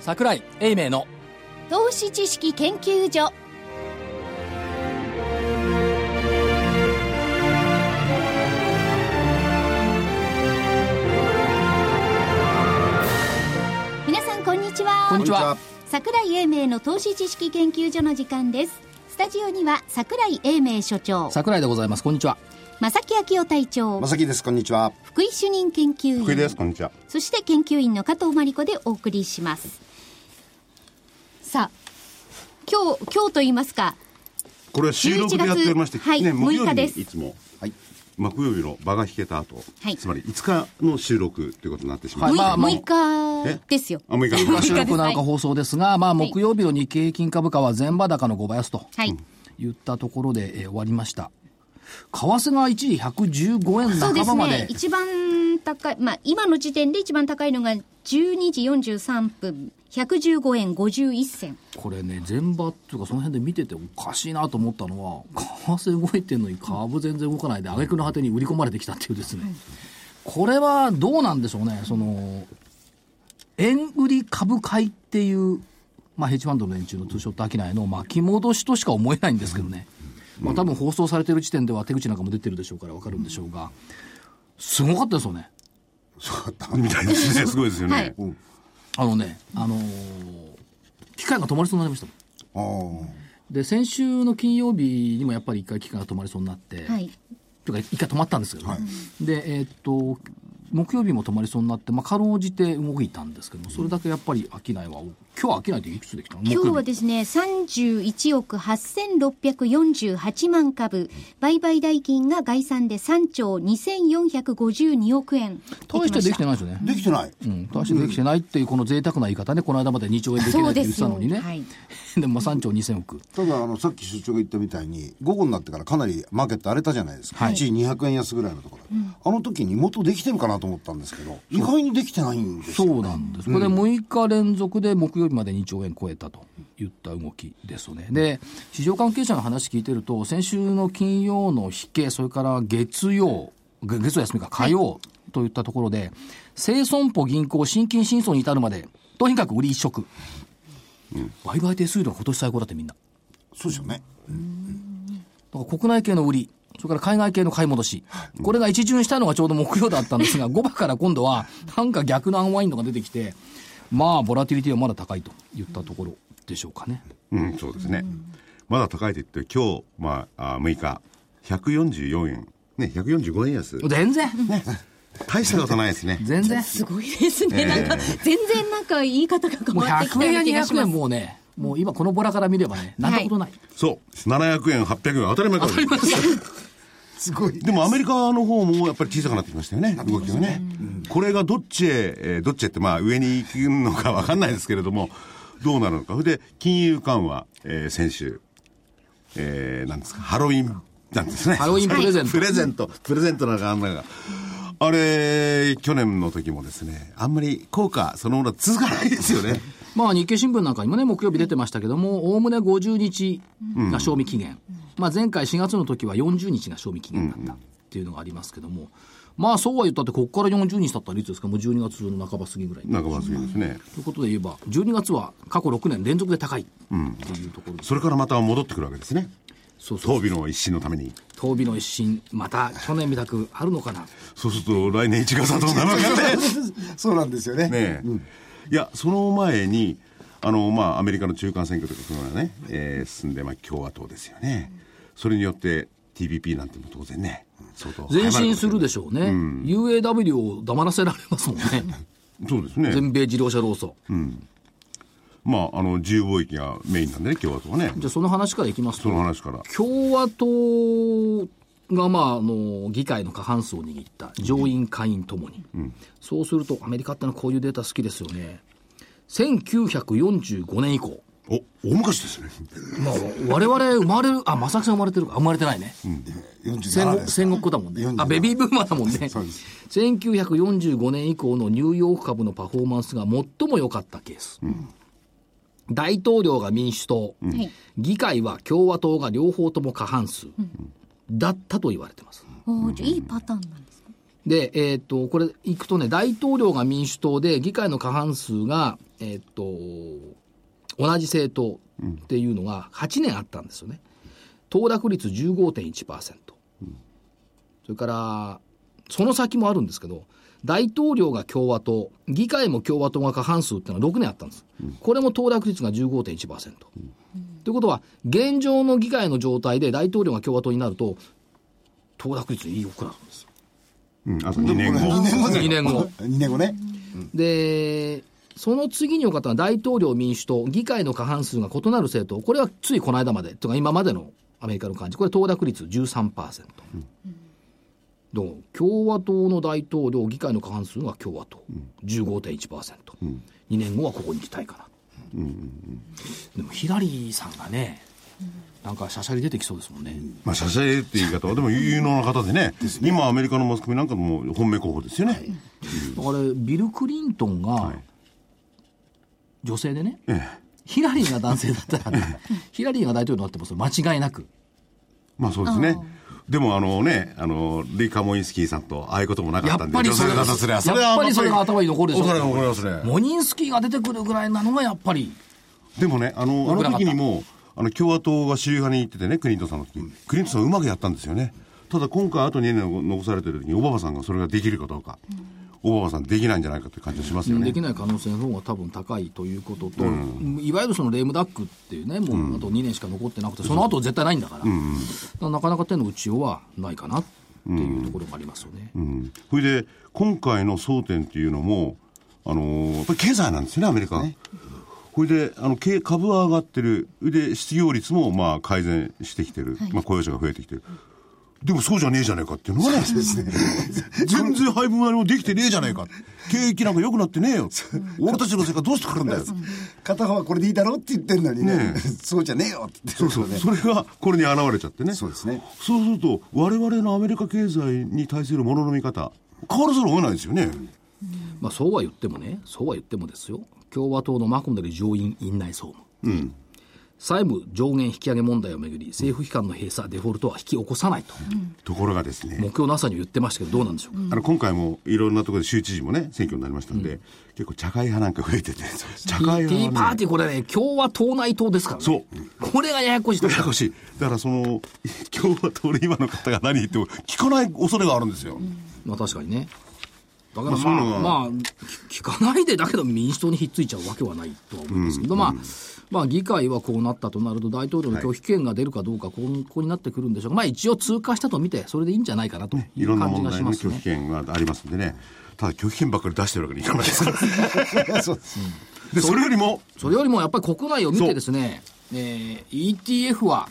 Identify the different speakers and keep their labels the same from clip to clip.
Speaker 1: 桜井英明の
Speaker 2: 投資知識研究所皆さんこんにちは
Speaker 1: こんにちは
Speaker 3: こんに
Speaker 2: 桜井英明の投資知識研究所の時間ですスタジオには桜井英明所長
Speaker 1: 桜井でございますこんにちは
Speaker 2: 正木昭夫隊長
Speaker 3: まさきですこんにちは
Speaker 2: 福井主任研究員
Speaker 4: 福井ですこんにちは
Speaker 2: そして研究員の加藤真理子でお送りします。さあ、今日、今日と言いますか、
Speaker 4: これは収録でやっておりまして、
Speaker 2: 11月はい
Speaker 4: ね、木曜
Speaker 2: 6日
Speaker 4: 日に
Speaker 2: です
Speaker 4: いつも、
Speaker 3: はい
Speaker 4: 木曜日の場が引けた後、
Speaker 2: はい
Speaker 4: つまり5日の収録ということになってしま
Speaker 1: はいい
Speaker 4: ました
Speaker 1: まあまあ
Speaker 2: 6日ですよ。
Speaker 4: あ6日
Speaker 1: 6日
Speaker 2: い
Speaker 1: 収
Speaker 2: か
Speaker 1: 録
Speaker 2: がですか
Speaker 1: 7日放送ですが、まあ、木曜日の日経平均株価は全場高の5倍安と
Speaker 2: はい。
Speaker 1: 言ったところで、えー終わりました為替が一時115円
Speaker 2: そうで
Speaker 1: 半
Speaker 2: す
Speaker 1: ばま
Speaker 2: ね
Speaker 1: で。
Speaker 2: 一番高い、まあ、今の時点で一番高いのが12時43分、115円51銭。
Speaker 1: これね前場っていうかその辺で見てておかしいなと思ったのは為替動いてるのに株全然動かないで挙句の果てに売り込まれてきたっていうですね、これはどうなんでしょうねその円売り株買いっていう、まあ、ヘッジファンドの連中のツーショット商いの巻き戻しとしか思えないんですけどね、まあ、多分放送されてる時点では手口なんかも出てるでしょうから分かるんでしょうがすごかったですよね
Speaker 4: そうだったみたいですねすごいですよね、
Speaker 2: はい
Speaker 4: うん
Speaker 1: あのねあのー機械が止まりそうになりましたもん
Speaker 3: あー
Speaker 1: で先週の金曜日にもやっぱり一回期間が止まりそうになって、
Speaker 2: はい。
Speaker 1: というか一回止まったんですけどね、でえーっと木曜日も止まりそうになって、まあ、かろうじて動いたんですけどもそれだけやっぱり商いは今日は商いっていくつできたの
Speaker 2: 今日は
Speaker 1: 木曜
Speaker 2: ですね、31億8648万株、売買代金が概算で3兆2452億円でき
Speaker 1: 日大
Speaker 2: ま
Speaker 1: して
Speaker 2: し
Speaker 1: で
Speaker 2: た
Speaker 1: きてないですよね、
Speaker 3: できてない
Speaker 1: うん、大してできてないっていうこの贅沢な言い方ねこの間まで2兆円できないって言ってたのにね
Speaker 2: そうですよ
Speaker 1: でもまあ3兆2000億
Speaker 3: ただあのさっき所長が言ったみたいに午後になってからかなりマーケット荒れたじゃないですか、
Speaker 1: はい
Speaker 3: 一時200円安ぐらいのところ、あの時に元できてるかなと思ったんですけど意外にできてないんです
Speaker 1: そ
Speaker 3: よ
Speaker 1: うなんです、これで6日連続で木曜日まで2兆円超えたといった動きですよね、で市場関係者の話聞いてると、先週の金曜の引け、それから月曜、げ月曜休みか、火曜といったところで、生損保銀行、新金新相に至るまで、とにかく売り一色、売買手数料が今年最高だって、みんな。
Speaker 3: そうですよね
Speaker 1: だから国内系の売り、それから海外系の買い戻し、これが一巡したのがちょうど木曜だったんです が、5番から今度は、なんか逆のアンワインドが出てきて、まあ、ボラティリティはまだ高いと言ったところでしょうかね。
Speaker 4: うん、そうですね、まだ高いと言って今日、まあ、あ6日144円ね145円安
Speaker 1: 全然、
Speaker 4: 大したことないですね
Speaker 1: 全然。
Speaker 2: すごいですね。なんか、全然なんか言い方が変
Speaker 1: もう
Speaker 2: わってき
Speaker 1: 100
Speaker 2: た
Speaker 1: 円
Speaker 2: よ
Speaker 1: や
Speaker 2: うな気がし
Speaker 1: 200
Speaker 2: ま
Speaker 1: 円、
Speaker 2: す。
Speaker 1: もうね、もう今このボラから見ればね、なんてことない。
Speaker 4: そう700円800円当たり前から
Speaker 3: すごい
Speaker 4: でもアメリカの方もやっぱり小さくなってきましたよね、動きがね。これがどっちへ、えーどっちへって、まあ上に行くのかわかんないですけれども、どうなるのか。それで、金融緩和、えー先週、えーなんですか、ハロウィンなんですね。
Speaker 1: ハロウィンプレゼント
Speaker 4: プレゼント、プレゼントなんかあんなのが。あれ、去年の時もですね、あんまり効果そのものは続かないですよね。
Speaker 1: まあ、日経新聞なんかにもね、木曜日出てましたけども、おおむね50日が賞味期限、まあ、前回4月の時は40日が賞味期限だったっていうのがありますけども、まあ、そうは言ったって、ここから40日経ったらいつですか、もう12月の半ば過ぎぐらい。
Speaker 4: なんかまずいですね。
Speaker 1: ということで言えば、12月は過去6年連続で高いというところです、
Speaker 4: それからまた戻ってくるわけですね。
Speaker 1: そうそう、
Speaker 4: 当備の一新のために。
Speaker 1: 当備の一新、また去年みたくあるのかな、
Speaker 4: そうすると来年1月はどうなるのかね。
Speaker 3: そうなんです よね
Speaker 4: ねえいやその前にあの、まあ、アメリカの中間選挙とかそういうのがね、えー進んで、まあ、共和党ですよね、それによって TPP なんても当然ね相当
Speaker 1: 前進するで
Speaker 4: し
Speaker 1: しょうね、UAW を黙らせられます もんね、
Speaker 4: ょそうですね
Speaker 1: 全米自動車労組。
Speaker 4: まああの自由貿易がメインなんでね共和党はね
Speaker 1: じゃあその話からいきますと
Speaker 4: その話から
Speaker 1: 共和党が、まあ、あの議会の過半数を握った上院下院ともに、そうするとアメリカってのはこういうデータ好きですよね1945年以降
Speaker 4: お大昔ですね
Speaker 1: まあ我々生まれるあ正木さん生まれてるか生まれてないね、戦
Speaker 3: 47
Speaker 1: 後
Speaker 3: です
Speaker 1: 戦後っ子だもんね
Speaker 3: 47
Speaker 1: あベビーブーマーだもんね
Speaker 3: そうです
Speaker 1: 1945年以降のニューヨーク株のパフォーマンスが最も良かったケース、大統領が民主党、
Speaker 2: はい
Speaker 1: 議会は共和党が両方とも過半数、だったと言われてます。
Speaker 2: おーじゃあいいパターンなんですか。
Speaker 1: で、えーっと、これ、いくとね、大統領が民主党で、議会の過半数が、えーっと、同じ政党っていうのが8年あったんですよね。当落率15.1%。それから、その先もあるんですけど、大統領が共和党、議会も共和党が過半数っていうのは6年あったんです。これも当落率が15.1%。ということは、現状の議会の状態で大統領が共和党になると、当落率良くなるんですよ。
Speaker 4: うん、あと2年後
Speaker 3: 2年後
Speaker 1: 2年後。
Speaker 3: 2年後ね。
Speaker 1: で、その次にお方は大統領民主党、議会の過半数が異なる政党、これはついこの間まで、とか今までのアメリカの感じ、これ、当落率13%。どう共和党の大統領、議会の過半数が共和党、15.1%、2年後はここに行きたいかな、でもヒラリーさんがね、なんかしゃしゃり出てきそうですもんね、
Speaker 4: まあ、シャシャレって言い方は、でも有能な方でね、今、アメリカのマスコミなんかも本命候補ですよ
Speaker 1: あ
Speaker 4: ね。
Speaker 1: れ、ビル・クリントンが
Speaker 4: い
Speaker 1: 女性でね、
Speaker 4: ええ
Speaker 1: ヒラリーが男性だったら、ヒラリーが大統領になってもそれ間違いなく。
Speaker 4: まあそうですね。でもあのね、あの、リカ・モインスキーさんとああいうこともなか
Speaker 1: や
Speaker 4: った
Speaker 1: っ
Speaker 4: んで、
Speaker 1: ぱりそれが、
Speaker 4: 女性の方すり
Speaker 1: や
Speaker 4: ゃ
Speaker 1: っぱりそれが頭に残るでしょ。
Speaker 4: それが残りますね
Speaker 1: モニンスキーが出てくるぐらいなのがやっぱり、
Speaker 4: でもね、あの、あ
Speaker 1: 危
Speaker 4: の
Speaker 1: なかった
Speaker 4: 時にも、あの、共和党が主流派に行っててね、クリントンさんの時、クリントンさんうまくやったんですよね。ただ今回あと2年残されてる時に、オバマさんがそれができるかどうか、オバマさんできないんじゃないかって感じがしますよね
Speaker 1: で。きない可能性の方が多分高いということと、いわゆるそのレームダックっていうね、もうあと2年しか残ってなくて、その後絶対ないんだから、だからなかなか手の打ちようはないかなっていうところもありますよね。
Speaker 4: うんそれで今回の争点っていうのも、あのーやっぱり経済なんですよね、アメリカ。これであの経株は上がってる、それで失業率もまあ改善してきてる、まあ、雇用者が増えてきてる、でもそうじゃねえじゃねえかってい うのがね、全然配分割りもできてねえじゃねえか、景気なんか良くなってねえ よ、俺たちの世界どうしてくるんだよ、
Speaker 3: 片方はこれでいいだろうって言ってるのにね
Speaker 4: ねえ、
Speaker 3: そうじゃねえよって言って
Speaker 4: そう
Speaker 3: る
Speaker 4: そ
Speaker 3: の
Speaker 4: う、
Speaker 3: ね。
Speaker 4: それがこれに現れちゃってね、
Speaker 3: そうですね
Speaker 4: そうすると、我々のアメリカ経済に対するものの見方、変わらざるを得ないですよね。
Speaker 1: まあ、そうは言ってもね、そうは言ってもですよ、共和党のマコンデル上院院内総務、債務上限引き上げ問題をめぐり、政府機関の閉鎖、デフォルトは引き起こさないと、
Speaker 4: ところがですね、
Speaker 1: 目標の朝に言ってましたけど、どうなんでしょうか。
Speaker 4: あの今回もいろんなところで州知事もね選挙になりましたんで、結構茶会派なんか増え てて茶
Speaker 1: テ
Speaker 4: 会
Speaker 1: ィー
Speaker 4: 派
Speaker 1: パ
Speaker 4: は
Speaker 1: ー
Speaker 4: ね
Speaker 1: ティーこれね共和党内党ですからね
Speaker 4: そう
Speaker 1: これがややこしいとこ
Speaker 4: ややこしいだからその共和党の今の方が何言っても聞かない恐れがあるんですよ、
Speaker 1: まあ確かにねだから
Speaker 4: まあそういうの
Speaker 1: まあ、
Speaker 4: が
Speaker 1: まあ、聞 かないでだけど民主党にひっついちゃうわけはないとは思いますけど、まあ、まあ議会はこうなったとなると大統領の拒否権が出るかどうかこうこうになってくるんでしょうまあ一応通過したと見てそれでいいんじゃないかなとい
Speaker 4: いうろんな
Speaker 1: 感じ
Speaker 4: 問
Speaker 1: が
Speaker 4: 題
Speaker 1: し
Speaker 4: の
Speaker 1: ます
Speaker 4: 拒
Speaker 1: ね
Speaker 4: 否。権がありますんでねただ拒否権ばっかり出してるわけにいかないですか ら
Speaker 3: そうです
Speaker 4: でそれよりも
Speaker 1: それよりもやっぱり国内を見てですね、えー ETF は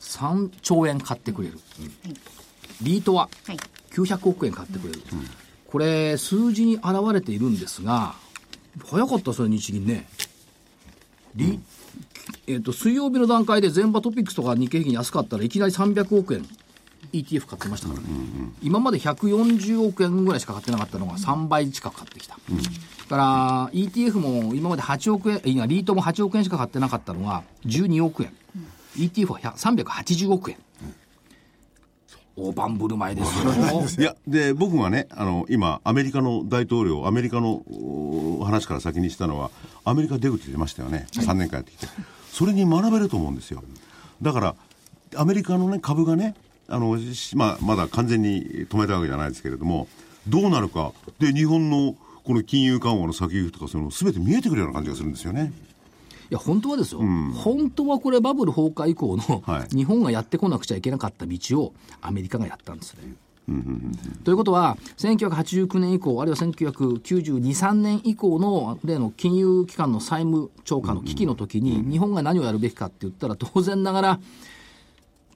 Speaker 1: 3兆円買ってくれる、リートは
Speaker 2: はい
Speaker 1: 900億円買ってくれる、これ、数字に表れているんですが、早かったですね、日銀ね。リえっと水曜日の段階で全場トピックスとか日経平均安かったらいきなり300億円 ETF 買ってましたからね、今まで140億円ぐらいしか買ってなかったのが3倍近く買ってきた、だから ETF も今まで8億円いやリートも8億円しか買ってなかったのが12億円、ETF は100 380億円、大盤振る舞いですよ
Speaker 4: いやで僕がねあの今アメリカの大統領アメリカのお話から先にしたのはアメリカ出口出ましたよね、3年間やってきてそれに学べると思うんですよだからアメリカの、ね、株がねあの、しまあ、まだ完全に止めたわけじゃないですけれどもどうなるかで日本のこの金融緩和の先行きとかその全て見えてくるような感じがするんですよね
Speaker 1: いや、本当はですよ、本当はこれ、バブル崩壊以降の、
Speaker 4: はい
Speaker 1: 日本がやってこなくちゃいけなかった道を、アメリカがやったんですね。ということは、1989年以降、あるいは1992、3年以降の例の金融機関の債務超過の危機の時に、日本が何をやるべきかって言ったら、当然ながら、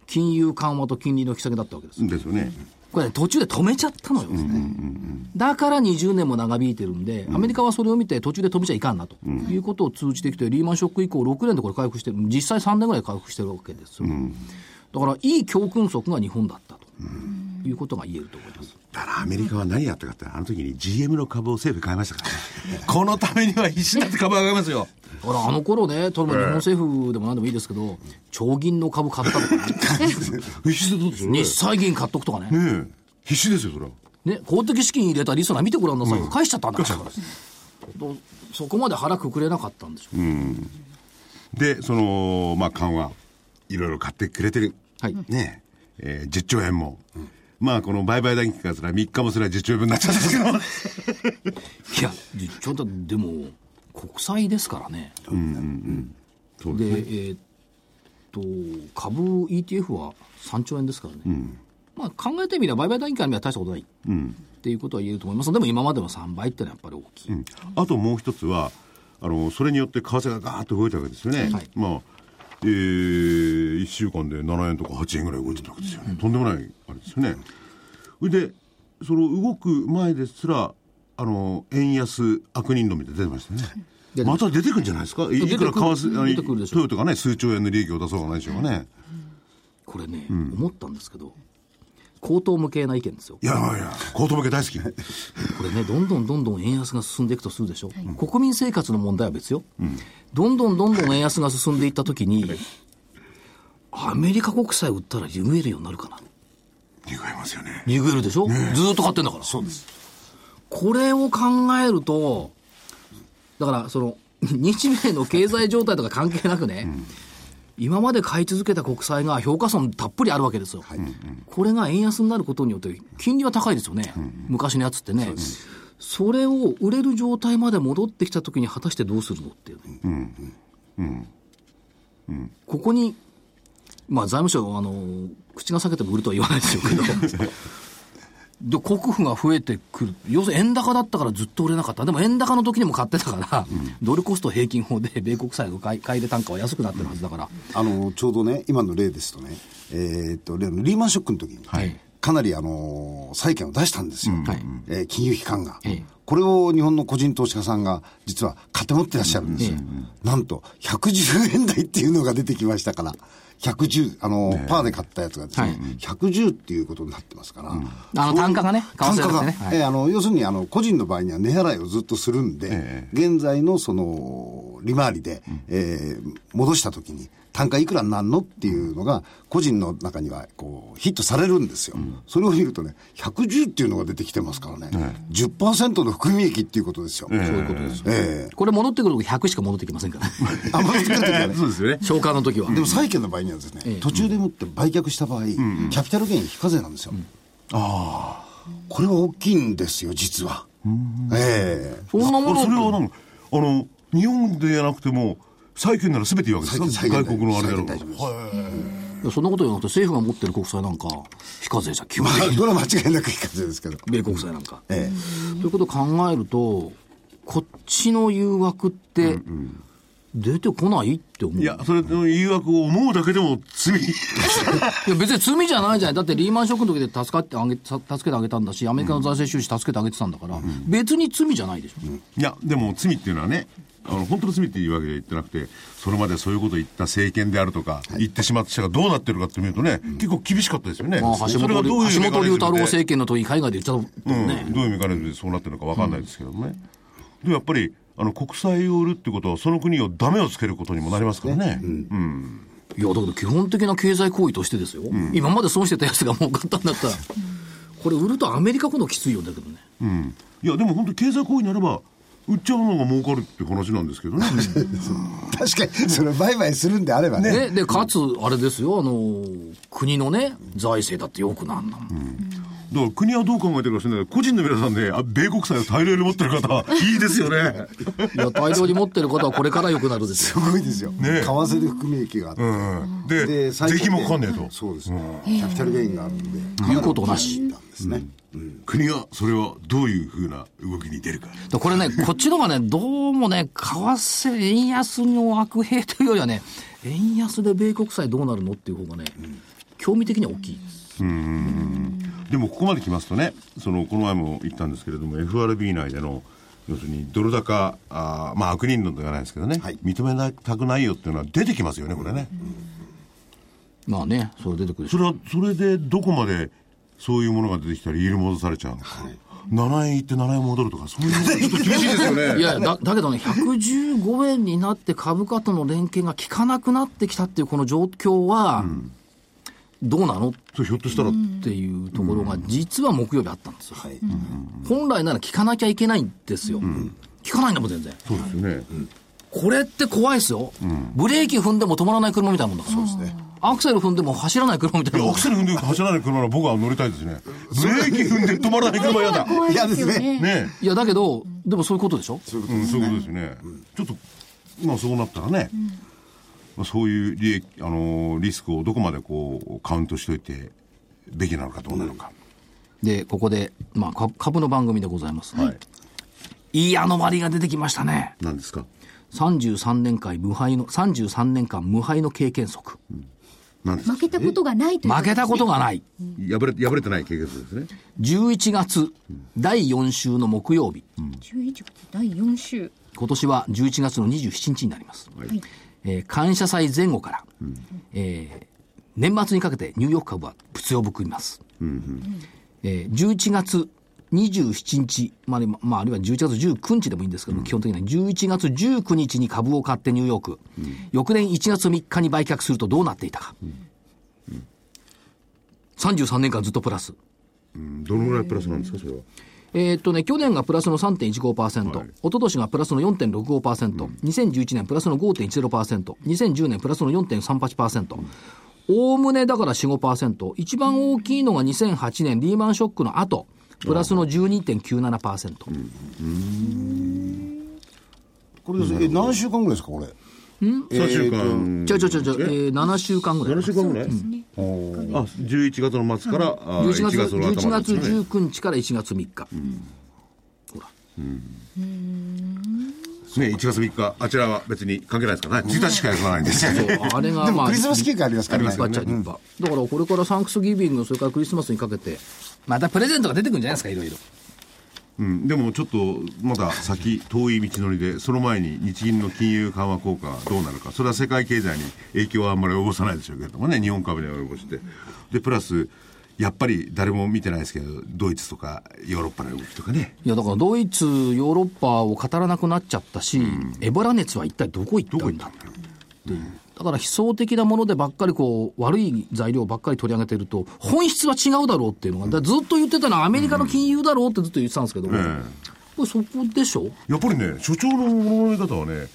Speaker 1: 金融緩和と金利の引き下げだったわけです。
Speaker 4: ですよね、
Speaker 1: これね、途中で止めちゃったのよ、だから20年も長引いてるんで、アメリカはそれを見て、途中で止めちゃいかんなと、いうことを通じてきて、リーマンショック以降、6年でこれ、回復してる、実際3年ぐらい回復してるわけですよ、だからいい教訓則が日本だったと、いうことが言えると思います。
Speaker 4: だからアメリカは何やったかってあの時に GM の株を政府に買いましたからねこのためには必死になって株上がりますよ
Speaker 1: だからあの頃ね、例えば日本政府でも何でもいいですけど、長銀の株買ったとか、ね、
Speaker 4: 必死でどうですよね
Speaker 1: 日債銀買っとくとかね、
Speaker 4: ねえ必死ですよそれは
Speaker 1: ね、公的資金入れたり、そら見てごらんなさいよ、返しちゃったんだから。どうそこまで腹くくれなかったんでしょう、
Speaker 4: で、その、まあ、緩和、いろいろ買ってくれてる。
Speaker 1: はい
Speaker 4: ねえ、えー10兆円も。まあ、この売買代金からすら3日もすれば10兆円分になっちゃうんですけど。
Speaker 1: いやちょっとでも国債ですからね
Speaker 4: そう
Speaker 1: で、
Speaker 4: で
Speaker 1: えーっと、株 ETF は3兆円ですからね。まあ考えてみれば、売買代金から見れば大したことない。っていうことは言えると思います。でも今までの3倍ってのはやっぱり大きい。
Speaker 4: あともう一つは、あの、それによって為替がガーッと動いたわけですよね。
Speaker 1: はい
Speaker 4: まあ、えー、1週間で7円とか8円ぐらい動いてたわけですよね。とんでもない、あれですよね。それで、その動く前ですら、あの、円安悪人論みたいなの出てましたよね。また出てくるんじゃないですかい
Speaker 1: 出て
Speaker 4: い
Speaker 1: く
Speaker 4: く
Speaker 1: る
Speaker 4: ら為替、あ
Speaker 1: 出てくる
Speaker 4: の
Speaker 1: でしょう
Speaker 4: トヨタがね、数兆円の利益を出そうがないでしょうがね。
Speaker 1: これね、思ったんですけど、高等無形な意見ですよ
Speaker 4: い。やいやいや、コートボケ大好き。
Speaker 1: これね、どんどんどんどん円安が進んでいくとするでしょ。国民生活の問題は別よ。どんどんどんどん円安が進んでいったときに、アメリカ国債売ったら揺えるようになるかな。
Speaker 4: 違いますよね。
Speaker 1: ゆぐるでしょ、ずーっと買ってんだから。そうです。これを考えると、だから、その、 日米の経済状態とか関係なくね、今まで買い続けた国債が評価損たっぷりあるわけですよ。これが円安になることによって、金利は高いですよね。昔のやつってね。それを売れる状態まで戻ってきたときに果たしてどうするのっていうね。ここに、まあ、財務省あの口が裂けても売るとは言わないですよけ どで国富が増えてくる要するに円高だったからずっと売れなかったでも円高の時にも買ってたから、ドルコスト平均法で米国債の買い買い入れ単価は安くなってるはずだから、
Speaker 3: あのちょうどね、今の例ですとね、えーっと例のリーマンショックの時に、
Speaker 1: はい
Speaker 3: かなり、あのー債券を出したんですよ、
Speaker 1: はい
Speaker 3: えー金融機関が、
Speaker 1: ええ
Speaker 3: これを日本の個人投資家さんが、実は買って持ってらっしゃるんですよ、
Speaker 1: え
Speaker 3: なんと110円台っていうのが出てきましたから、110、あのーパーで買ったやつがですね、
Speaker 1: はい
Speaker 3: 110っていうことになってますから。
Speaker 1: あの単価がね
Speaker 3: 単
Speaker 1: 為
Speaker 3: 価
Speaker 1: 替
Speaker 3: が、
Speaker 1: ですね、はい
Speaker 3: えーあの要するにあの個人の場合には値払いをずっとするんで、
Speaker 4: え
Speaker 3: 現在のその利回りで、えー戻したときに、単価いくらになるのっていうのが、個人の中にはこうヒットされるんですよ、それを見るとね、110っていうのが出てきてますからね、10%の含み益っていうことですよ。え
Speaker 1: そういうことですよ、
Speaker 3: え
Speaker 1: これ戻ってくると100しか戻ってきませんから
Speaker 3: あんまり作る時はね
Speaker 4: そうですよね。
Speaker 1: 償還の時は
Speaker 3: でも債券の場合にはですね、途中でもって売却した場合、キャピタルゲイン非課税なんですよ。ああ、これは大きいんですよ、実は。ええ
Speaker 1: そんなもの
Speaker 4: それはなんかあの日本でやなくても債券なら全ていいわけですか
Speaker 3: 債券
Speaker 4: 外国のあれや
Speaker 3: 債
Speaker 4: ろ
Speaker 3: 券大丈夫です
Speaker 1: いやそんなこと言わなくて政府が持ってる国債なんか非課税じゃ基本
Speaker 3: ま
Speaker 1: 的
Speaker 3: あ、
Speaker 1: に
Speaker 3: これは間違いなく非課税ですけど。
Speaker 1: 米国債なんか、
Speaker 3: ええ
Speaker 1: ということを考えると、こっちの誘惑って、出てこないって思う。
Speaker 4: い
Speaker 1: いや
Speaker 4: や、それの誘惑を思うだけでも罪
Speaker 1: 別に罪じゃないじゃない。だってリーマンショックの時で助かってあげ、さ助けてあげたんだし、アメリカの財政収支助けてあげてたんだから、別に罪じゃないでしょ。
Speaker 4: いやでも罪っていうのはねあの本当の罪っていうわけでは言ってなくてそれまでそういうことを言った政権であるとか、言ってしまった人がどうなってるかって見るとね、結構厳しかったですよね、
Speaker 1: まあ、橋
Speaker 4: それが
Speaker 1: 本
Speaker 4: どういう
Speaker 1: 龍橋本龍太郎
Speaker 4: メカニズムで
Speaker 1: 政権の時、海外で言っちゃったもんね。
Speaker 4: うん、どういうメカニズムでそうなってるのか分かんないですけどもね、でもやっぱりあの国債を売るってことはその国をダメをつけることにもなりますからね、
Speaker 1: いや、だけど基本的な経済行為としてですよ。今まで損してたやつが儲かったんだったら、これ売るとアメリカほどきついようだけどね。
Speaker 4: うんいやでも本当経済行為になれば売っちゃうのが儲かるって話なんですけ どね
Speaker 3: 確かに、それ売買するんであればね。
Speaker 1: ね、で、かつ、あれですよ、あのー、国のね、財政だってよくなんだもん。
Speaker 4: だから国はどう考えてるか知らないけど個人の皆さんで、あ米国債を大量に持ってる方 はいいですよね
Speaker 1: いや、大量に持ってることはこれから良くなるですよ。
Speaker 3: すごいですよ。為替で含み益があって。
Speaker 4: うんで
Speaker 3: で
Speaker 4: 税金もかかんねえと
Speaker 3: そうですね。キャピタルゲインがあるんで。
Speaker 1: 言うことなし
Speaker 3: なんですね。
Speaker 4: 国がそれはどういうふうな動きに出るか
Speaker 1: でこれね、こっちのがね、どうもね、為替、円安の悪兵というよりはね、円安で米国債どうなるのっていう方がね、興味的には大きいです。
Speaker 4: でもここまで来ますとねそのこの前も言ったんですけれども FRB 内での要するにドル高あーまあ悪人論ではないですけどね、
Speaker 3: はい
Speaker 4: 認めたくないよっていうのは出てきますよねこれね、
Speaker 1: まあね、それ出てくるでし
Speaker 4: そ
Speaker 1: ょ
Speaker 4: れはそれでどこまでそういうものが出てきたら入れ戻されちゃうのか、7円行って7円戻るとかそういうのちょっと厳しいですよね
Speaker 1: いやいやだだけどね、115円になって株価との連携が効かなくなってきたっていうこの状況は、どうなのっ
Speaker 4: そうひょっとしたら、
Speaker 1: ていうところが、実は木曜日あったんですよ。
Speaker 3: はい。
Speaker 1: 本来なら聞かなきゃいけないんですよ。効かないんだもん、全然。
Speaker 4: そうですよね。
Speaker 1: これって怖いですよ。ブレーキ踏んでも止まらない車みたいなもんだから。そうですね。アクセル踏んでも走らない車みたい
Speaker 4: い
Speaker 1: なも
Speaker 4: や、ア
Speaker 1: ん
Speaker 4: ク。セル踏んで走らない車なら僕は乗りたいですね。ブレーキ踏んで止まらない車 嫌だ。ね
Speaker 2: 怖いですよ
Speaker 3: 嫌です
Speaker 2: ね。
Speaker 1: いや、だけど、でもそういうことでしょ
Speaker 4: うん、そういうことですね。ちょっと、まあそうなったらね、まあ、そういう利益、あのーリスクをどこまでこう、カウントしといて、べきなのかどうなのか。
Speaker 1: で、ここで、まあ、か株の番組でございます。
Speaker 4: はい。
Speaker 1: いいアノマリが出てきましたね。
Speaker 4: 何ですか
Speaker 1: 33年間無敗の、33年間無敗の経験則。
Speaker 4: 何ですか
Speaker 2: 負けたことがないという
Speaker 1: 負けたことがない。
Speaker 4: 破れ、破れてない計画ですね。
Speaker 1: 11月、第4週の木曜日。
Speaker 2: 11月第4週
Speaker 1: 今年は11月の27日になります。
Speaker 2: はい
Speaker 1: えー感謝祭前後から、えー年末にかけてニューヨーク株は物をぶくります。えー11月27日まで、まあ、あるいは11月19日でもいいんですけども、基本的には11月19日に株を買ってニューヨーク、翌年1月3日に売却するとどうなっていたか。33年間ずっとプラス。
Speaker 4: うんどのぐらいプラスなんですか、それは。
Speaker 1: えーっとね、去年がプラスの3.15%、
Speaker 4: はい
Speaker 1: 一昨年がプラスの4.65%、2011年プラスの5.10%、2010年プラスの4.38%、おおむねだから4、5%、一番大きいのが2008年リーマンショックの後、プラスの12.97%。
Speaker 3: これ、え何週間ぐらいですか、これ。
Speaker 4: 3週間。
Speaker 1: ちょいちょいちょいちょい、えー、7週間ぐらい
Speaker 4: 7。週間ぐらいあ、11月の末から、あ
Speaker 1: 11
Speaker 4: 1
Speaker 1: 月
Speaker 4: 月の頭
Speaker 1: 11
Speaker 4: ま
Speaker 1: 月
Speaker 4: でですね。
Speaker 1: 19日から1月3日。ほら。
Speaker 4: ね、1月3日、あちらは別に関係ないですからね。1日しか休まないん ですよね。
Speaker 1: あれが、
Speaker 3: でも
Speaker 1: まあ
Speaker 3: クリスマス休暇ありますからね
Speaker 1: ありますから立派だからこれからサンクスギビング、それからクリスマスにかけて、またプレゼントが出てくるんじゃないですか、いろいろ。
Speaker 4: うん、でもちょっとまだ先遠い道のりでその前に日銀の金融緩和効果がどうなるかそれは世界経済に影響はあんまり及ぼさないでしょうけれどもね日本株には及ぼしてでプラスやっぱり誰も見てないですけどドイツとかヨーロッパの動きとかね
Speaker 1: いや、だからドイツ、ヨーロッパを語らなくなっちゃったし、エボラ熱は一体どこ行った
Speaker 4: どこ行
Speaker 1: ん
Speaker 4: っ
Speaker 1: だ
Speaker 4: たんだろ
Speaker 1: だから悲壮的なものでばっかりこう、悪い材料ばっかり取り上げてると、本質は違うだろうっていうのが、だからずっと言ってたのはアメリカの金融だろうってずっと言ってたんですけど、こ
Speaker 4: え
Speaker 1: れそこでしょ
Speaker 4: うやっぱりね所長の物の見方はね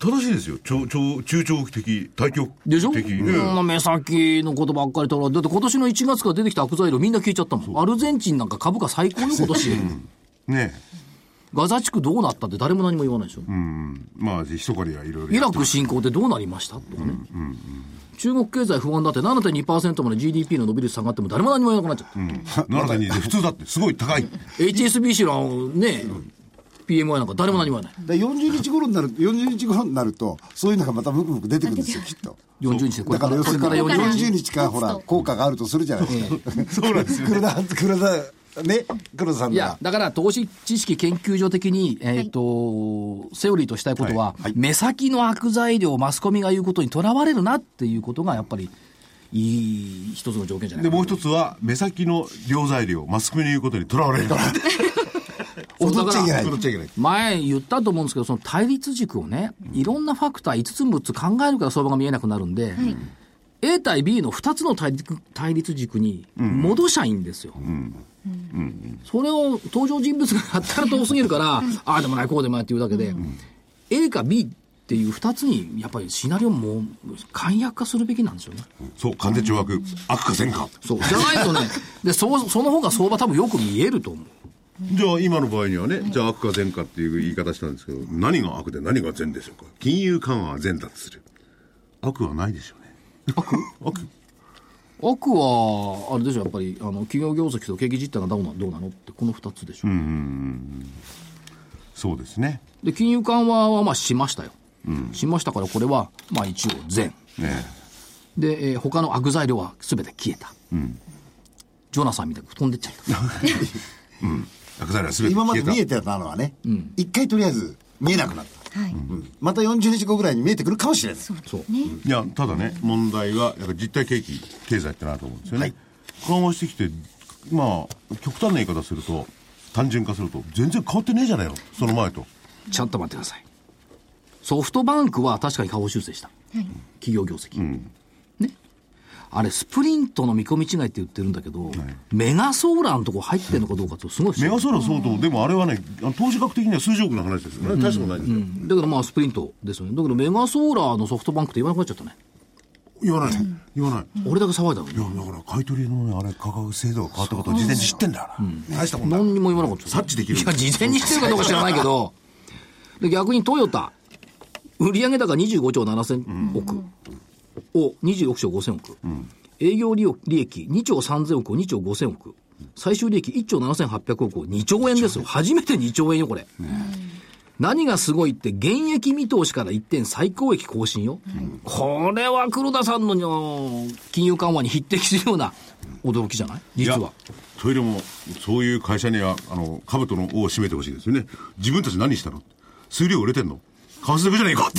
Speaker 4: 正しいですよ長長中長期的大局的
Speaker 1: でしょこ
Speaker 4: ね
Speaker 1: んな目先のことばっかりとらだって今年の1月から出てきた悪材料みんな消えちゃったもん。アルゼンチンなんか株価最高よ、今年。
Speaker 4: ね
Speaker 1: ガザ地区どうなったって誰も何も言わないでしょ。
Speaker 4: うんまあひそかにはいろいろ
Speaker 1: イ
Speaker 4: や
Speaker 1: ラ
Speaker 4: って
Speaker 1: ク侵攻ってどうなりましたとかね。中国経済不安だって7.2%まで GDP の伸び率下がっても誰も何も言わなくなっちゃった。
Speaker 4: 7.2で普通だってすごい高い
Speaker 1: HSBC のね、PMI なんか誰も何も言わない。
Speaker 3: で40日頃になる、40日頃になると、そういうのがまたムクムク出てくるんですよ、きっと。
Speaker 1: 40日でこれ
Speaker 3: だ
Speaker 1: か
Speaker 3: から
Speaker 1: ら
Speaker 3: 要
Speaker 1: こ
Speaker 3: す
Speaker 1: れ
Speaker 3: る
Speaker 1: から
Speaker 3: に
Speaker 2: これ
Speaker 1: 40
Speaker 3: 40日か、ほら、効果があるとするじゃないですか。
Speaker 4: そうなんですよ
Speaker 3: 黒田、黒田、ね、黒田さん
Speaker 1: いや
Speaker 3: が、。
Speaker 1: だから投資知識研究所的に、えっ、と、セオリーとしたいことは、目先の悪材料をマスコミが言うことにとらわれるなっていうことが、やっぱり、いい一つの条件じゃない
Speaker 4: で
Speaker 1: か
Speaker 4: もう一つは目先の量材料マスコミに言うことにとらわれるから
Speaker 1: そう
Speaker 3: 踊っちゃいけ
Speaker 1: だか
Speaker 3: ない。
Speaker 1: ら
Speaker 3: 踊っちゃいけない。
Speaker 1: 前言ったと思うんですけど、その対立軸をね、いろんなファクター5つ6つ考えるから相場が見えなくなるんで、A 対 B の2つの対立対立軸に戻しゃいいんですよ。それを登場人物がやったら遠すぎるから、ああでもないこうでもないっていうだけで、A か B っていう2つにやっぱりシナリオも簡約化するべきなんですよね。
Speaker 4: そう、完全懲悪、悪かせんか。
Speaker 1: そうじゃないとねでそ、その方が相場多分よく見えると思う。
Speaker 4: じゃあ、今の場合にはね、じゃあ悪か善かっていう言い方したんですけど、何が悪で何が善でしょうか。金融緩和は善だとする。悪はないでしょうね。悪悪
Speaker 1: 悪は、あれでしょ、やっぱり、あの、企業業績と景気実態がどうなどうなのって、この2つでしょ。
Speaker 4: そうですね。
Speaker 1: で、金融緩和は、まあ、しましたよ。しましたから、これは、まあ、一応、善。
Speaker 4: ね
Speaker 1: で、えー他の悪材料は全て消えた。ジョナサンみたいに飛んでっちゃった。
Speaker 4: え悪材料は全て
Speaker 3: 今ま
Speaker 4: 消
Speaker 3: で
Speaker 4: えた。
Speaker 3: 見えてたのはね、一回とりあえず見えなくなった。
Speaker 2: はい
Speaker 3: また40日後ぐらいに見えてくるかもしれない。
Speaker 1: そう。
Speaker 4: いや、ただね、問題は、やっぱ実体景気、経済ってなると思うんですよね。緩和してきて、まあ、極端な言い方すると、単純化すると、全然変わってねえじゃないの、その前と。
Speaker 1: ちょっと待ってください。ソフトバンクは確かに下方修正した。企業業績。ね。あれ、スプリントの見込み違いって言ってるんだけど、メガソーラーのとこ入ってるのかどうかってすごい不思
Speaker 4: メ
Speaker 1: 議
Speaker 4: ガソーラー相当、でもあれはね、あの投資額的には数十億の話ですよね。大したことないんですよ。
Speaker 1: だけどまあスプリントですよね。だけどメガソーラーのソフトバンクって言わなくなっちゃったね。
Speaker 4: 言わない。言わない。
Speaker 1: 俺だけ騒いだのに
Speaker 4: い。や、だから買い取りのね、あれ、価格制度が変わったことを事前に知ってんだから。大したことない。
Speaker 1: 何にも言わなかった。
Speaker 4: 察知できる
Speaker 1: いや、事前にしてるかどうか知らないけど、で逆にトヨタ、売上高25兆7000億を26兆5000億、営業利益利益2兆3000億を2兆5000億、最終利益1兆7800億を2兆円ですよ。初めて2兆円よ、これ。何がすごいって、現役見通しから一点最高益更新よ。これは黒田さんのあの金融緩和に匹敵するような驚きじゃない実
Speaker 4: い
Speaker 1: は
Speaker 4: や。トイレもそういう会社にはあの兜の尾を締めてほしいですよね自分たち何したの数量売れてんの為替だけじゃねえかって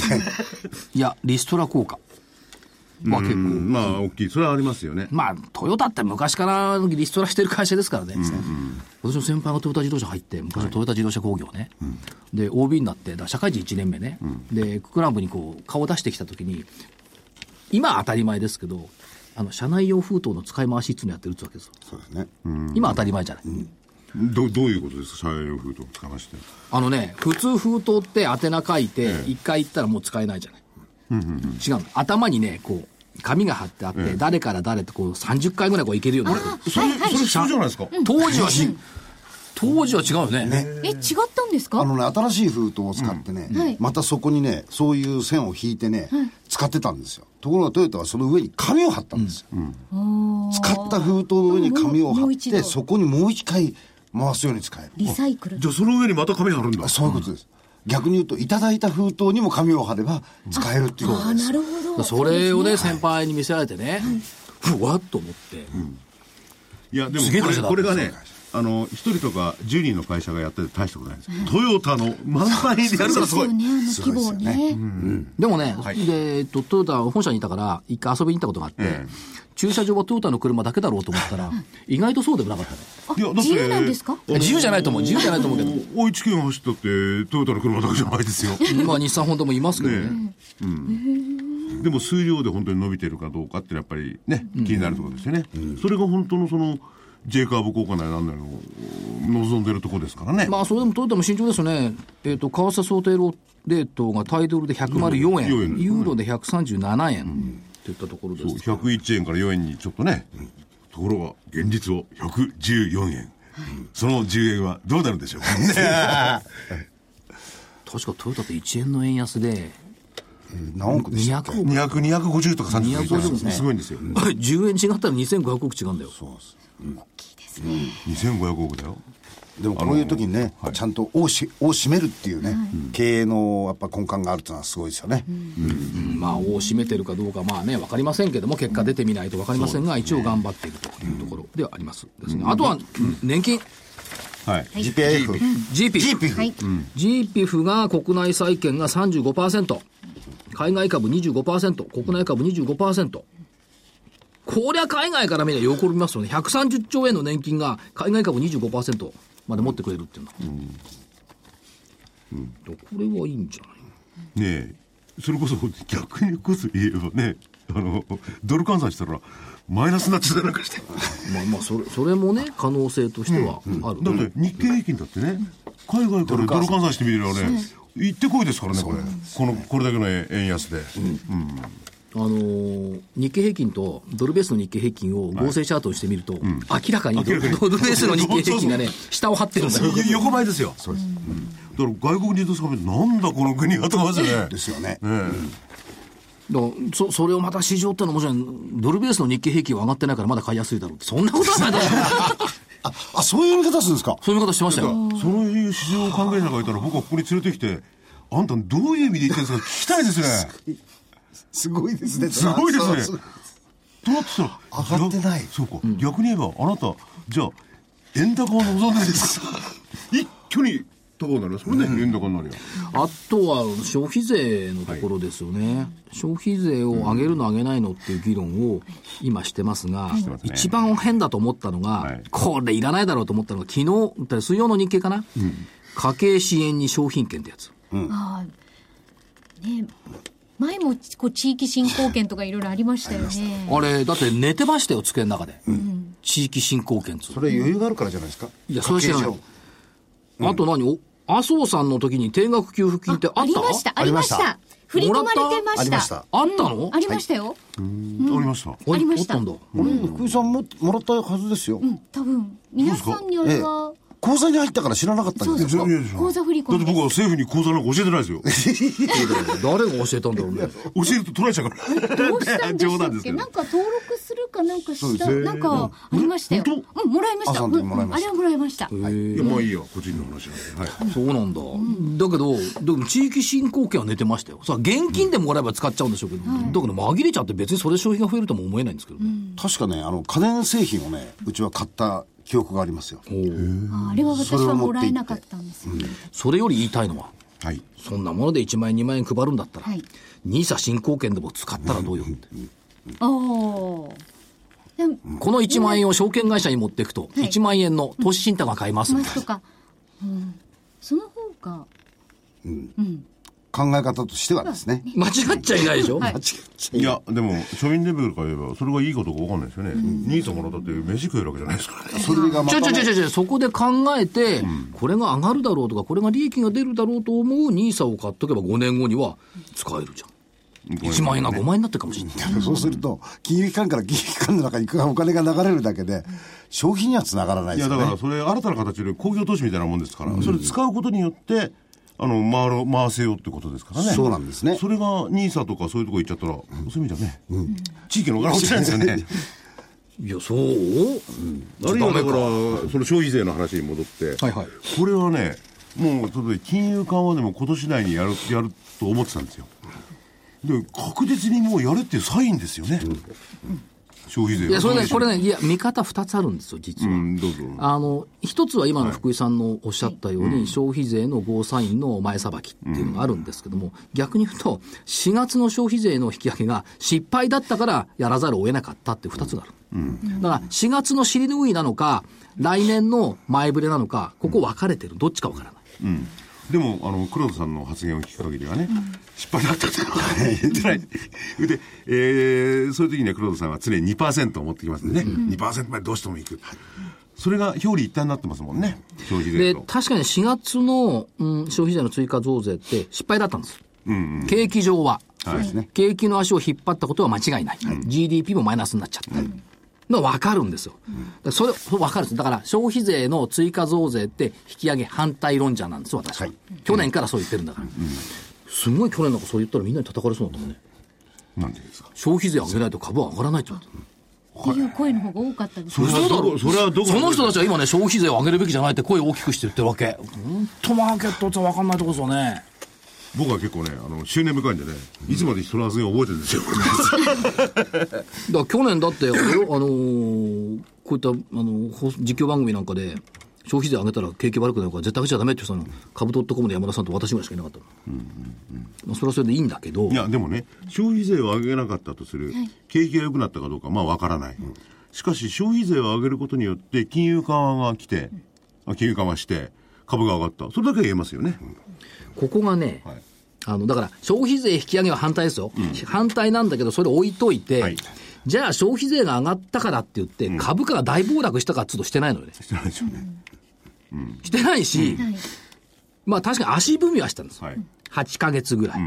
Speaker 1: いや、リストラ効果は結構。
Speaker 4: うんまあ大きいそれはありますよね
Speaker 1: まあ、トヨタって昔からリストラしてる会社ですからね。私の先輩がトヨタ自動車入って、昔のトヨタ自動車工業ね。で、OB になって、だから社会人1年目ね。で、クラブにこう、顔を出してきたときに、今は当たり前ですけど、あの、社内用封筒の使い回しっていうのやってるってわけですよ。
Speaker 3: そうですね。
Speaker 1: 今当たり前じゃない。
Speaker 4: どどういうことですか社用封筒を使いまして
Speaker 1: あのね、普通封筒って宛名書いて、一回言ったらもう使えないじゃない。違うの。頭にね、こう、紙が貼ってあって、誰から誰ってこう、30回ぐらいこういけるようになってる。
Speaker 4: それ、それ普通じゃないですか、
Speaker 1: 当時はし、当時は違うよね。
Speaker 2: え違ったんですか
Speaker 3: あのね、新しい封筒を使ってね、
Speaker 2: はい
Speaker 3: またそこにね、そういう線を引いてね、使ってたんですよ。ところがトヨタはその上に紙を貼ったんですよ。使った封筒の上に紙を
Speaker 2: も
Speaker 3: 貼
Speaker 2: う
Speaker 3: っ
Speaker 2: 一度
Speaker 3: て、そこにもう一回回すように使える。
Speaker 2: リサイクル
Speaker 4: じゃあその上にまた紙貼るんだ
Speaker 3: そういうことです。逆に言うと、いただいた封筒にも紙を貼れば使えるっていうこと
Speaker 2: あ
Speaker 3: です。
Speaker 2: なるほど
Speaker 1: それをね、
Speaker 2: そうです
Speaker 1: 先輩に見せられてね、ふわっと思って、
Speaker 4: いやでも
Speaker 1: すげえ
Speaker 4: こ
Speaker 1: 会
Speaker 4: れ
Speaker 1: 社だ
Speaker 4: これがねあの一人とか10人の会社がやってて大したことないです、トヨタの満杯でやるからすごい
Speaker 2: よねあの規模をね
Speaker 1: でもね、
Speaker 4: い
Speaker 1: でえっとトヨタ本社にいたから、一回遊びに行ったことがあって、
Speaker 4: ええ
Speaker 1: 駐車場はトヨタの車だけだろうと思ったら、意外とそうでもなかったね。
Speaker 4: いやだって
Speaker 2: 自由なんですか
Speaker 4: あの
Speaker 1: 自由じゃないと思う自由じゃないと思うけど
Speaker 4: 大一県走ったってトヨタの車だけじゃないですよ
Speaker 1: まあ、日産、本田もいますけどね。
Speaker 4: でも数量で本当に伸びてるかどうかってのはやっぱりね、気になるところですよね、それが本当のその J カーブ効果なりなんなりの望んでるところですからね、
Speaker 1: まあ、それでもトヨタも慎重ですよね。えっ、と、為替想定レートがタイドルで104円、
Speaker 4: うん
Speaker 1: ユーロで137円、っていったところで
Speaker 4: そう
Speaker 1: す。
Speaker 4: 101円から4円にちょっとね、ところが現実を114円、その10円はどうなるんでしょうかね
Speaker 1: 確かトヨタって1円の円安で、
Speaker 3: 何億でしたっけ
Speaker 1: 200億
Speaker 4: 200,250とか30とか
Speaker 1: 250ですね
Speaker 4: すごいんですよ、
Speaker 1: 10円違ったら2500億違うんだよ。
Speaker 4: 2500億だよ
Speaker 3: でもこういう時にね、ちゃんと尾をし尾を締めるっていうね、経営のやっぱ根幹があるっていうのはすごいですよね。
Speaker 1: まあ、を占めてるかどうか、まあね、分かりませんけども、結果出てみないと分かりませんが、一応頑張っているというところではありますですね。あとは、年金、
Speaker 4: はい、
Speaker 3: GPF。
Speaker 1: GPF。
Speaker 2: はい
Speaker 1: GPF が国内債券が35%、海外株25%、国内株25%。こりゃ海外から見れば喜びますよね。130兆円の年金が海外株25%まで持ってくれるっていうのは。これはいいんじゃない
Speaker 4: ねえそれこそ逆にこそ言えばねあのドル換算したらマイナスになってたりなんかして
Speaker 1: まあまあそれ、それもね、可能性としてはある。
Speaker 4: だって日経平均だってね、海外からドル換算してみればね、行ってこいですからね、これ、このこれだけの円安で、
Speaker 1: あのー日経平均とドルベースの日経平均を合成チャートにしてみると、明らかにドル
Speaker 4: 明らかに
Speaker 1: ベースの日経平均がね、下を張ってるんだよ。
Speaker 4: よ横ばいですよ、そうですだから外国人と比べて、なんだこの国はと思いますよね
Speaker 3: で、すよね。
Speaker 1: だからそそれをまた市場ってのはもちろん、ドルベースの日経平均は上がってないからまだ買いやすいだろうって、そんなことは ないだろう
Speaker 3: あ、あ、そういう言い方するんですか
Speaker 1: そういう見方してましたよ。
Speaker 4: そのいう市場関係者がいたら、僕はここに連れてきて、あんた、どういう意味で言ってるんですか、聞きたいですね、
Speaker 3: すごいですね。
Speaker 4: すごいですね
Speaker 3: そう
Speaker 4: となってたら、
Speaker 3: 上がってない
Speaker 4: やそうか、逆に言えば、あなた、じゃあ、円高を望んでるんですか、 一挙に高になりますもんね、円高になるよ。
Speaker 1: あとは消費税のところですよね、消費税を上げるの上げないのっていう議論を今してますが、
Speaker 4: ますね
Speaker 1: 一番変だと思ったのが、
Speaker 4: はい
Speaker 1: これいらないだろうと思ったのが、昨日、水曜の日経かな、家計支援に商品券ってやつ。
Speaker 2: あーね前もこう地域振興券とかいろいろありましたよね。
Speaker 1: あれ、だって寝てましたよ、机の中で。地域振興券っつう
Speaker 3: それ余裕があるからじゃないですか。
Speaker 1: いやそれは知らない
Speaker 3: 家計上
Speaker 1: あと何お麻生さんの時に定額給付金ってあった
Speaker 2: ありました、あ
Speaker 3: あ
Speaker 2: り
Speaker 3: り
Speaker 2: ま
Speaker 3: ま
Speaker 2: し
Speaker 3: した
Speaker 2: た。振り込まれてま
Speaker 3: ありま
Speaker 2: し
Speaker 3: したた。
Speaker 1: あったの
Speaker 2: ありましたよ。
Speaker 4: ありました。
Speaker 1: お
Speaker 2: ありました
Speaker 1: おっんだ
Speaker 3: あれ、福井さんももらったはずですよ。
Speaker 2: 多分、皆さんにあれは、
Speaker 3: 口座に入ったから知らなかったんです
Speaker 4: そ
Speaker 3: よ。
Speaker 4: うです
Speaker 2: 口座振り込
Speaker 4: だ
Speaker 2: みです
Speaker 4: って僕は政府に口座なんか教えてない ですよ。
Speaker 1: 誰が教えたんだろうね。
Speaker 4: 教えると取られちゃうから。
Speaker 2: どうしたんでし
Speaker 4: 冗
Speaker 2: た
Speaker 4: 談で
Speaker 2: っ
Speaker 4: すけ
Speaker 2: け
Speaker 4: ど
Speaker 2: なんか登録するかなんかした、
Speaker 4: そうですね
Speaker 2: なんかありましたよ。
Speaker 4: 本
Speaker 2: うん、もらいました。
Speaker 3: あ
Speaker 2: う
Speaker 3: そ
Speaker 2: ん
Speaker 3: うなんだもらいま
Speaker 2: あ
Speaker 3: し
Speaker 2: れ
Speaker 3: た
Speaker 2: はもらいました。
Speaker 4: いや、まあいいよ、個人の話なんで。は い。
Speaker 1: そうなんだ。だけど、でも地域振興券は寝てましたよ。さあ、現金でもらえば使っちゃうんでしょうけど、だけど紛れちゃって別にそれ消費が増えるとも思えないんですけどね。
Speaker 3: 確かね、あの、家電製品をね、うちは買った記憶がありますよ。
Speaker 2: ああれは私
Speaker 3: それ
Speaker 2: は
Speaker 3: を持って行って
Speaker 2: もらえなかったんですよ。
Speaker 1: それより言いたいのは、
Speaker 4: はい。
Speaker 1: そんなもので1万円、2万円配るんだったら
Speaker 2: はい、
Speaker 1: ニーサ振興券でも使ったらどうよって。
Speaker 2: ああ。でも、
Speaker 1: この1万円を証券会社に持っていくと、
Speaker 2: はい
Speaker 1: 1万円の投資信託が買えますみ
Speaker 2: マ
Speaker 1: た
Speaker 2: ス
Speaker 1: い
Speaker 2: と
Speaker 1: な。
Speaker 2: か、うん、その方が、
Speaker 3: 考え方としてはですね。
Speaker 1: 間違っちゃいないでしょ
Speaker 2: はい
Speaker 4: いや、でも、庶民レベルから言えば、それがいいことかわかんないですよね。兄さんもらったって飯食えるわけじゃないですからね。
Speaker 3: それがま
Speaker 1: ちょ
Speaker 3: た
Speaker 1: ちょちょちょちょ、そこで考えて、これが上がるだろうとか、これが利益が出るだろうと思うニーサを買っとけば5年後には使えるじゃん。1万円が5万円になってるかもしれない。
Speaker 3: そうすると、金融機関から金融機関の中に行くお金が流れるだけで、消費にはつながらない
Speaker 4: い
Speaker 3: で
Speaker 4: や、
Speaker 3: す
Speaker 4: だ
Speaker 3: よ
Speaker 4: か
Speaker 3: ね。
Speaker 4: ら、それ、新たな形で工業投資みたいなもんですから、それ使うことによって、あの、回ろう、回せようってことですからね。
Speaker 3: そうなんですね
Speaker 4: それが、ニーサとかそういうとこ行っちゃったら、そういう意味じゃね、地域のお金落ちないですよね。
Speaker 1: いや、そう、
Speaker 4: あるいはだから、その消費税の話に戻って、
Speaker 1: はいはい
Speaker 4: これはね、もう、例えば金融緩和でも今年内にやる、やると思ってたんですよ。で、確実にもうやれっていうサインですよね。消費税
Speaker 1: いや、それね、これ
Speaker 4: ね。
Speaker 1: ね、いや、見方2つあるんですよ、実
Speaker 4: う
Speaker 1: は。
Speaker 4: ん、どうぞ。
Speaker 1: あの、一つは今の福井さんのおっしゃったように、消費税のゴーサインの前さばきっていうのがあるんですけども、逆に言うと、4月の消費税の引き上げが失敗だったからやらざるを得なかったって二つがある。だから、4月の尻拭いなのか、来年の前触れなのか、ここ分かれてる。どっちか分からない。
Speaker 4: うん。でも、あの、黒田さんの発言を聞く限りはね、失敗だったって言ってない。で、えーそういう時には黒田さんは常に2%を持ってきますんでね、2%までどうしてもいく。それが表裏一体になってますもんね、消費税
Speaker 1: で、
Speaker 4: と。
Speaker 1: 確かに4月の、うん、消費税の追加増税って失敗だったんです。景気上は。景気の足を引っ張ったことは間違いない。GDP もマイナスになっちゃった。の分かるんですよ。だからそれ、それ分かるんです。だから消費税の追加増税って引き上げ反対論者なんです、私は。去年からそう言ってるんだから。すごい去年なんかそう言ったらみんなに叩かれそうだったもんね。
Speaker 4: なんでですか
Speaker 1: 消費税上げないと株は上がらないって言われた。
Speaker 2: っていう声の方が多かったです
Speaker 4: そ。れはどこ、それはどこ
Speaker 1: その人たちは今ね、消費税を上げるべきじゃないって声を大きくして言ってるわけ。本当マーケットって分かんないとこですよね。
Speaker 4: 僕は結構ね、あの、執念深いんでね、いつまで人の発言を覚えてるんですよ。
Speaker 1: だから去年だって、あれよあのーこういった、あの放送実況番組なんかで、消費税上げたら景気悪くなるから絶対上げちゃダメって言ってたの、株ドットコムの山田さんと私ぐらいしかいなかったの。まあ、それはそれでいいんだけど、
Speaker 4: いや、でもね、消費税を上げなかったとする、景気が良くなったかどうか、まあわからない。しかし、消費税を上げることによって、金融緩和が来て、あ金融緩和して、株が上がった。それだけは言えますよね。
Speaker 1: ここがね、
Speaker 4: はい
Speaker 1: あの、だから消費税引き上げは反対ですよ。反対なんだけど、それ置いといて、
Speaker 4: はい
Speaker 1: じゃあ消費税が上がったからって言って、株価が大暴落したかっつうとしてないのよね。
Speaker 4: してないですよね。
Speaker 1: してないし、
Speaker 2: はい。
Speaker 1: まあ確かに足踏みはしたんです。
Speaker 4: はい。
Speaker 1: 8ヶ月ぐらい、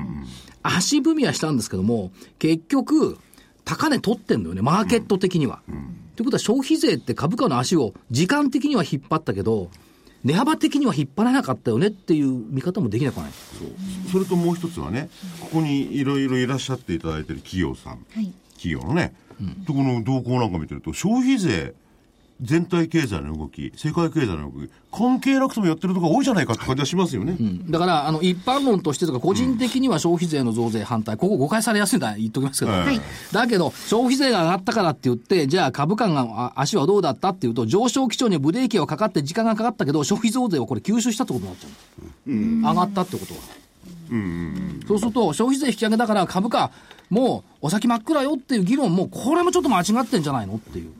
Speaker 1: 足踏みはしたんですけども、結局、高値取ってんだよね、マーケット的には。ということは、消費税って株価の足を時間的には引っ張ったけど、値幅的には引っ張らなかったよねっていう見方もできなくはない。
Speaker 4: そうそれともう一つはね、ここにいろいろいらっしゃっていただいてる企業さん、
Speaker 2: はい
Speaker 4: 企業のね、とこの動向なんか見てると、消費税、全体経済の動き、世界経済の動き、関係なくともやってるとこが多いじゃないかって感じはしますよね。
Speaker 1: だから、あの、一般論としてとか、個人的には消費税の増税反対、ここ誤解されやすいのは言っときますけど、
Speaker 4: はい
Speaker 1: だけど、消費税が上がったからって言って、じゃあ株価が、あ足はどうだったっていうと、上昇基調にブレーキがかかって時間がかかったけど、消費増税をこれ吸収したってことになっちゃう。上がったってことは。そうすると、消費税引き上げだから株価、もうお先真っ暗よっていう議論も、これもちょっと間違ってんじゃないのっていう。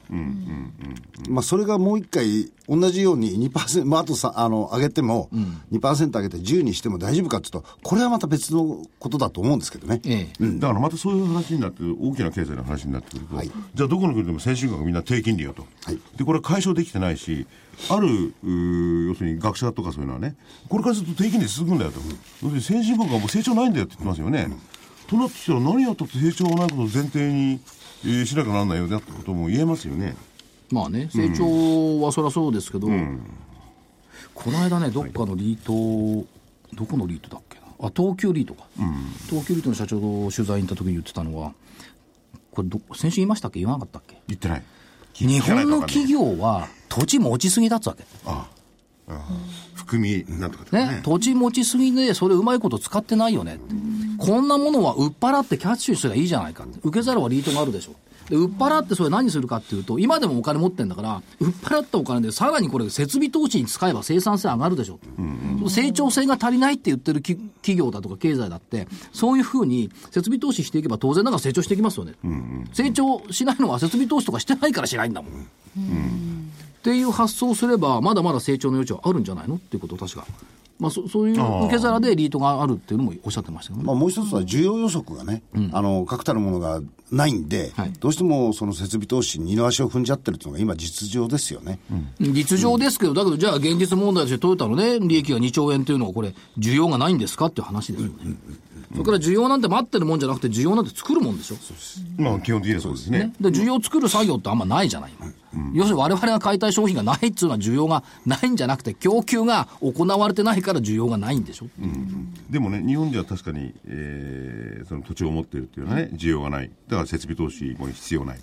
Speaker 3: まあ、それがもう一回、同じように2%、まあ、あとさ、あの、上げても、2%上げて10にしても大丈夫かっていうと、これはまた別のことだと思うんですけどね。
Speaker 1: ええ。
Speaker 4: だからまたそういう話になって大きな経済の話になってくると、
Speaker 3: はい
Speaker 4: じゃあどこの国でも先進国はみんな低金利よと、
Speaker 3: はい
Speaker 4: でこれは解消できてないしあるうー要するに学者とかそういうのはねこれからすると低金利続くんだよと、要するに先進国はもう成長ないんだよって言ってますよね、となってきたら何やったって成長がないことを前提に、えーしなきゃなんないよねってことも言えますよね
Speaker 1: まあね、成長はそりゃそうですけど、この間ね、どっかのリート、どこのリートだっけな、あ東急リートか、東急リートの社長と取材に行った時に言ってたのは、これど、先週言いましたっけ、言わなかったっけ、
Speaker 4: 言ってない
Speaker 1: 日
Speaker 4: 聞かない
Speaker 1: 本
Speaker 4: と
Speaker 1: の
Speaker 4: わかんない
Speaker 1: 企業は土地持ちすぎだっつわけ。
Speaker 4: ああああ含みなんとかとかね
Speaker 1: ね、土地持ちすぎで、それうまいこと使ってないよねって、こんなものは売っ払ってキャッシュすればいいじゃないかって、受け皿はリートがあるでしょ。で売っ払ってそれ何するかっていうと、今でもお金持ってんだから、売っ払ったお金でさらにこれ設備投資に使えば生産性上がるでしょ。成長性が足りないって言ってるき企業だとか経済だって、そういうふうに設備投資していけば当然ながら成長していきますよね。成長しないのは設備投資とかしてないからしないんだもん。っていう発想をすれば、まだまだ成長の余地はあるんじゃないのっていうことを確か、まあ、そそういう受け皿でリートがあるっていうのもおっしゃってましたけどね。
Speaker 3: まあ、もう一つは需要予測がね、あの確たるものがないんで、
Speaker 1: はい
Speaker 3: どうしてもその設備投資に二の足を踏んじゃってるっていうのが今、実情ですよね、
Speaker 1: 実情ですけど、だけどじゃあ現実問題としてトヨタのね、利益が2兆円というのはこれ、需要がないんですかっていう話ですよね。それから需要なんて待ってるもんじゃなくて、需要なんて作るもんでしょ。
Speaker 4: まあ基本的にはそうですね
Speaker 1: で、需要を作る作業ってあんまないじゃない。要するに我々が買いたい商品がないっていうのは需要がないんじゃなくて、供給が行われてないから需要がないんでしょ。
Speaker 4: でもね、日本では確かに、えーその土地を持っているというのはね、需要がない、だから設備投資も必要ない、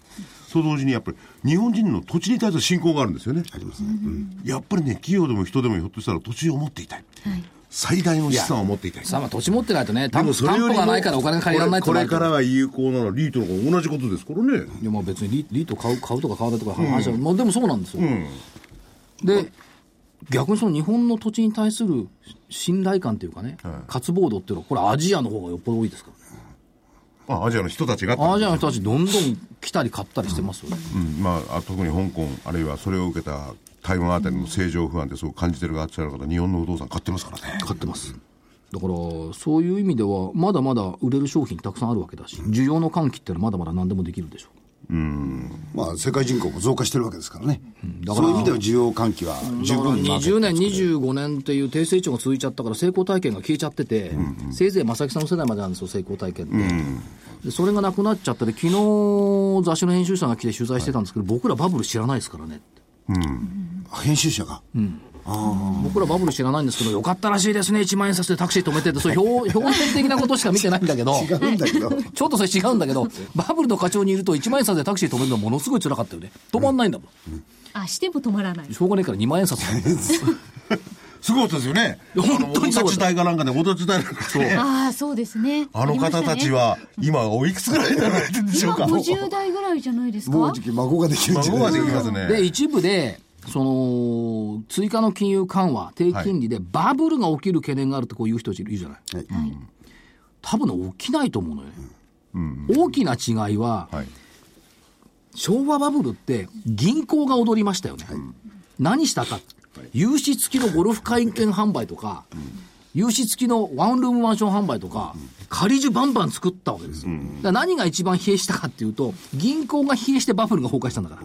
Speaker 4: と同時にやっぱり、日本人の土地に対する信仰があるんですよね、
Speaker 3: ありますね、
Speaker 4: やっぱりね、企業でも人でもひょっとしたら土地を持っていたい、最大の資産を持っていたい。
Speaker 1: さあ、まあ土地持ってないとね、
Speaker 4: で
Speaker 1: 担担保がないからお金が借りられないって
Speaker 4: こ
Speaker 1: な
Speaker 4: れ
Speaker 1: る
Speaker 4: ことれからは有効なのはリートの方同じことですからね。
Speaker 1: いやまあ別にリリート買う買うとか買わないとか話は、まあ、でもそうなんですよ、で逆にその日本の土地に対する信頼感というかね、渇望度っていうのはこれアジアの方がよっぽど多いですからね
Speaker 4: あ、アジアの人たちがってこと
Speaker 1: アジアの人たちどんどん来たり買ったりしてますよね、
Speaker 4: うんまあ、あ特に香港、あるいはそれを受けた台湾あたりの政情不安でそう感じてる方、あちらの方、日本の不動産買ってますからね。
Speaker 1: 買ってますだからそういう意味ではまだまだ売れる商品たくさんあるわけだし需要の喚起っていうのはまだまだ何でもできるでしょう
Speaker 3: まあ、世界人口も増加してるわけですからね、
Speaker 1: だか
Speaker 3: そ
Speaker 1: ら
Speaker 3: ういう意味では需要喚起は十
Speaker 1: だから
Speaker 3: 分に
Speaker 1: 20年、25年っていう低成長が続いちゃったから、成功体験が消えちゃってて、せいぜい正木さんの世代までなんですよ、成功体験って、でそれがなくなっちゃったで、昨日雑誌の編集者が来て取材してたんですけど、僕らバブル知らないですからねって
Speaker 3: 編集者が、
Speaker 1: 僕らバブル知らないんですけど、よかったらしいですね、1万円札でタクシー止めてって、そう表表面的なことしか見てないんだけど。
Speaker 3: 違うんだ けど、
Speaker 1: ちょっとそれ違うんだけど、バブルの課長にいると1万円札でタクシー止めるのはものすごい辛かったよね。止まんないんだもん。
Speaker 2: あ、しても止まらない。
Speaker 1: しょうがないから2万円札なんだよ
Speaker 4: すごかったですよね。
Speaker 1: 本当にそうだ
Speaker 4: あの大田時代かなんかで、大田時代なんかで、
Speaker 2: ああ、そうですね。
Speaker 4: あの方たちは、今、おいくつぐらいになられてるんで
Speaker 2: あり
Speaker 4: しょ うか。
Speaker 2: ましたね。今50代ぐらいじゃないです
Speaker 3: も
Speaker 2: か
Speaker 3: うじ。き孫ができるんじゃ
Speaker 4: 孫
Speaker 3: な
Speaker 4: が
Speaker 3: い
Speaker 4: で
Speaker 3: で
Speaker 4: き
Speaker 3: すか。
Speaker 4: ますね。
Speaker 1: で、一部で、その、追加の金融緩和、低金利で、バブルが起きる懸念があるってこういう人いるじゃない。
Speaker 3: はい
Speaker 2: はい。
Speaker 1: 多分ね、起きないと思うのよね。大きな違いは、
Speaker 4: はい。
Speaker 1: 昭和バブルって銀行が踊りましたよね。何したか。融資付きのゴルフ会券販売とか、融資付きのワンルームマンション販売とか、仮住バンバン作ったわけですよ。だから何が一番疲弊したかっていうと、銀行が疲弊してバブルが崩壊したんだから。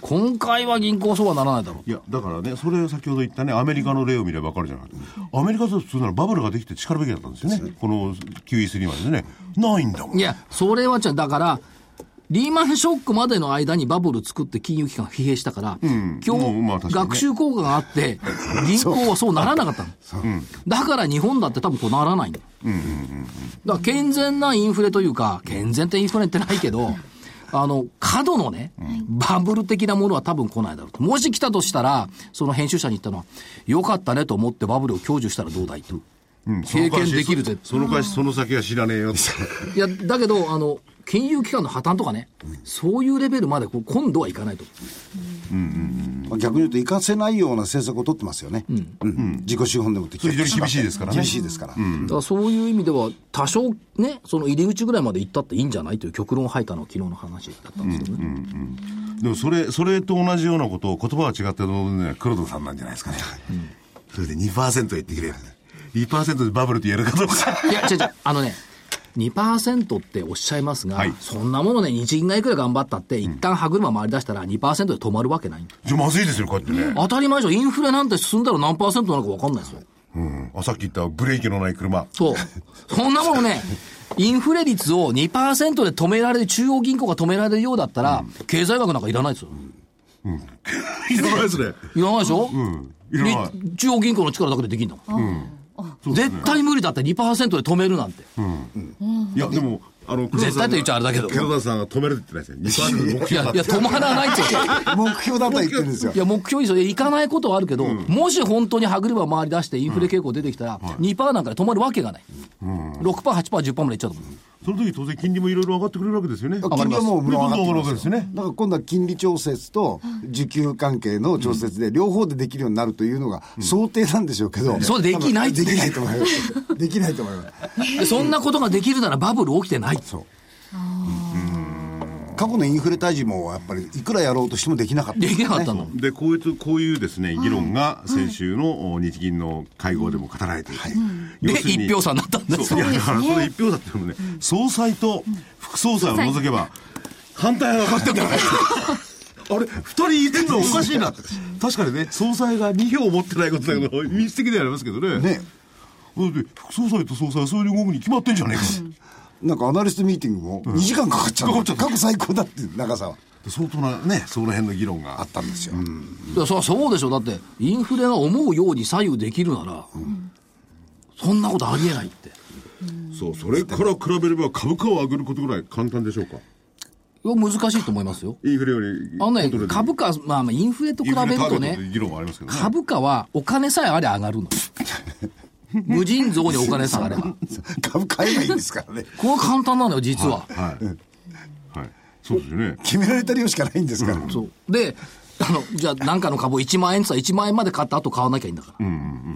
Speaker 1: 今回は銀行はそうはならないだろう。
Speaker 4: いや、だからね、それ先ほど言ったね、アメリカの例を見ればわかるじゃない。アメリカだと普通ならバブルができて叱るべきだったんですよね。この QE3 までね。ないんだもん。
Speaker 1: いや、それはじゃあだから、リーマンショックまでの間にバブル作って金融機関が疲弊したから、今
Speaker 4: も
Speaker 1: 日、
Speaker 4: うまあ確かにね
Speaker 1: 学習効果があって、銀行はそうならなかったの。だから日本だって多分こうならないんだよ。だから健全なインフレというか、健全ってインフレってないけど、あの、過度のね、バブル的なものは多分来ないだろうと。もし来たとしたら、その編集者に言ったのは、よかったねと思ってバブルを享受したらどうだいと。
Speaker 4: うん
Speaker 1: 経験できるぜ
Speaker 4: その返し、その先は知らねえ よって。
Speaker 1: いや、だけど、あの、金融機関の破綻とかね、そういうレベルまでこう今度はいかないと。
Speaker 3: まあ逆に言うと、生かせないような政策を取ってますよね。うん自己資本でもって
Speaker 4: それ非常に厳しいですからね
Speaker 3: 厳しいですから。
Speaker 1: だからそういう意味では、多少ね、その入り口ぐらいまで行ったっていいんじゃないという極論を吐いたのは昨日の話だったんですけどね。
Speaker 4: でもそれ、それと同じようなことを、言葉は違ってどうね、黒田さんなんじゃないですかね。それで2%言ってくれる。2%でバブルって言えるかどうか。
Speaker 1: いや、違う違う、あのね、2%っておっしゃいますが、
Speaker 4: はい
Speaker 1: そんなものね、日銀がいくら頑張ったって、一旦歯車回り出したら2%で止まるわけない。
Speaker 4: じゃあまずいですよ、こうやってね。
Speaker 1: 当たり前でしょ、インフレなんて進んだら何パーセントなのか分かんないですよ。
Speaker 4: うん。あ、さっき言ったブレーキのない車。
Speaker 1: そう。そんなものね、インフレ率を2%で止められる、中央銀行が止められるようだったら、経済学なんかいらないですよ。
Speaker 4: いらないですね。
Speaker 1: いらないでしょ、
Speaker 4: いらない。
Speaker 1: で中央銀行の力だけでできんだもん。絶対無理だって2%で止めるなんて。
Speaker 4: いや、でも、あの、
Speaker 1: 絶対って言っちゃあれだけど
Speaker 4: 黒田さんが止めるって言ってないですよ。2%の目
Speaker 1: いや、
Speaker 4: 標
Speaker 1: い
Speaker 4: だっ
Speaker 1: や、
Speaker 4: て。
Speaker 1: 止まらないって言って。
Speaker 3: 目標だったら言ってるんですよ
Speaker 1: い。や、目標にそれ行かないことはあるけど、もし本当に歯車回り出してインフレ傾向出てきたら、2%なんかで止まるわけがない。6%、8%、10%までいっちゃうと思う。
Speaker 4: その時当然金利もいろいろ上がってくれるわけですよね。
Speaker 3: 金利はもう
Speaker 4: 上
Speaker 3: 上が
Speaker 4: が
Speaker 3: って
Speaker 4: る
Speaker 3: ます
Speaker 4: わけ
Speaker 3: よ
Speaker 4: ですよね。
Speaker 3: だから今度は金利調節と需給関係の調節で両方でできるようになるというのが想定なんでしょうけど、
Speaker 1: そうできない
Speaker 3: 多分できないと思います。できないと思います。
Speaker 1: でそんなことができるならバブル起きてない。
Speaker 3: 過去のインフレ退治もやっぱりいくらやろうとしてもできなかった
Speaker 1: で
Speaker 3: です
Speaker 1: き
Speaker 3: ね、
Speaker 1: なかったの。
Speaker 4: でこういうこういうですね議論が先週のお日銀の会合でも語られていて、
Speaker 1: で、
Speaker 4: 要するに
Speaker 1: 一票差になったんだ。
Speaker 4: そういやだからその一票だっていうのもね、総裁と副総裁を除けば反対が上がってんだから あれ二人いてんのおかしいなって確かにね総裁が二票を持ってないことだけど民主的ではありますけど
Speaker 3: ね
Speaker 4: ねだって副総裁と総裁はそういう動くに決まってんじゃねえか、
Speaker 3: なんかアナリストミーティングも2時間かかっちゃう、過去最高だっていう長さは
Speaker 4: で相当なねその辺の議論が
Speaker 3: あったんですよ、
Speaker 1: いやそりゃそうでしょ。だって、インフレが思うように左右できるなら、そんなことありえないって。
Speaker 4: そうそれから比べれば株価を上げることぐらい簡単でしょうか
Speaker 1: いや難しいと思いますよ。
Speaker 4: インフレより
Speaker 1: あのね
Speaker 4: コントロールで、きる
Speaker 1: 株価、まあまあ、インフレと比べると
Speaker 4: インフレターゲット
Speaker 1: ね
Speaker 4: とい、う議論もありますけどね
Speaker 1: 株価はお金さえあれ上がるのよ。無尽蔵にお金さえあれば。
Speaker 3: 株買えばいいんですからね
Speaker 1: これは簡単なのよ、実は。
Speaker 4: はい。はい。そうですよね。
Speaker 3: 決められた量しかないんですから、
Speaker 1: そう。で、あの、じゃあ、なんかの株を1万円って言ったら1万円まで買った後買わなきゃいいんだから。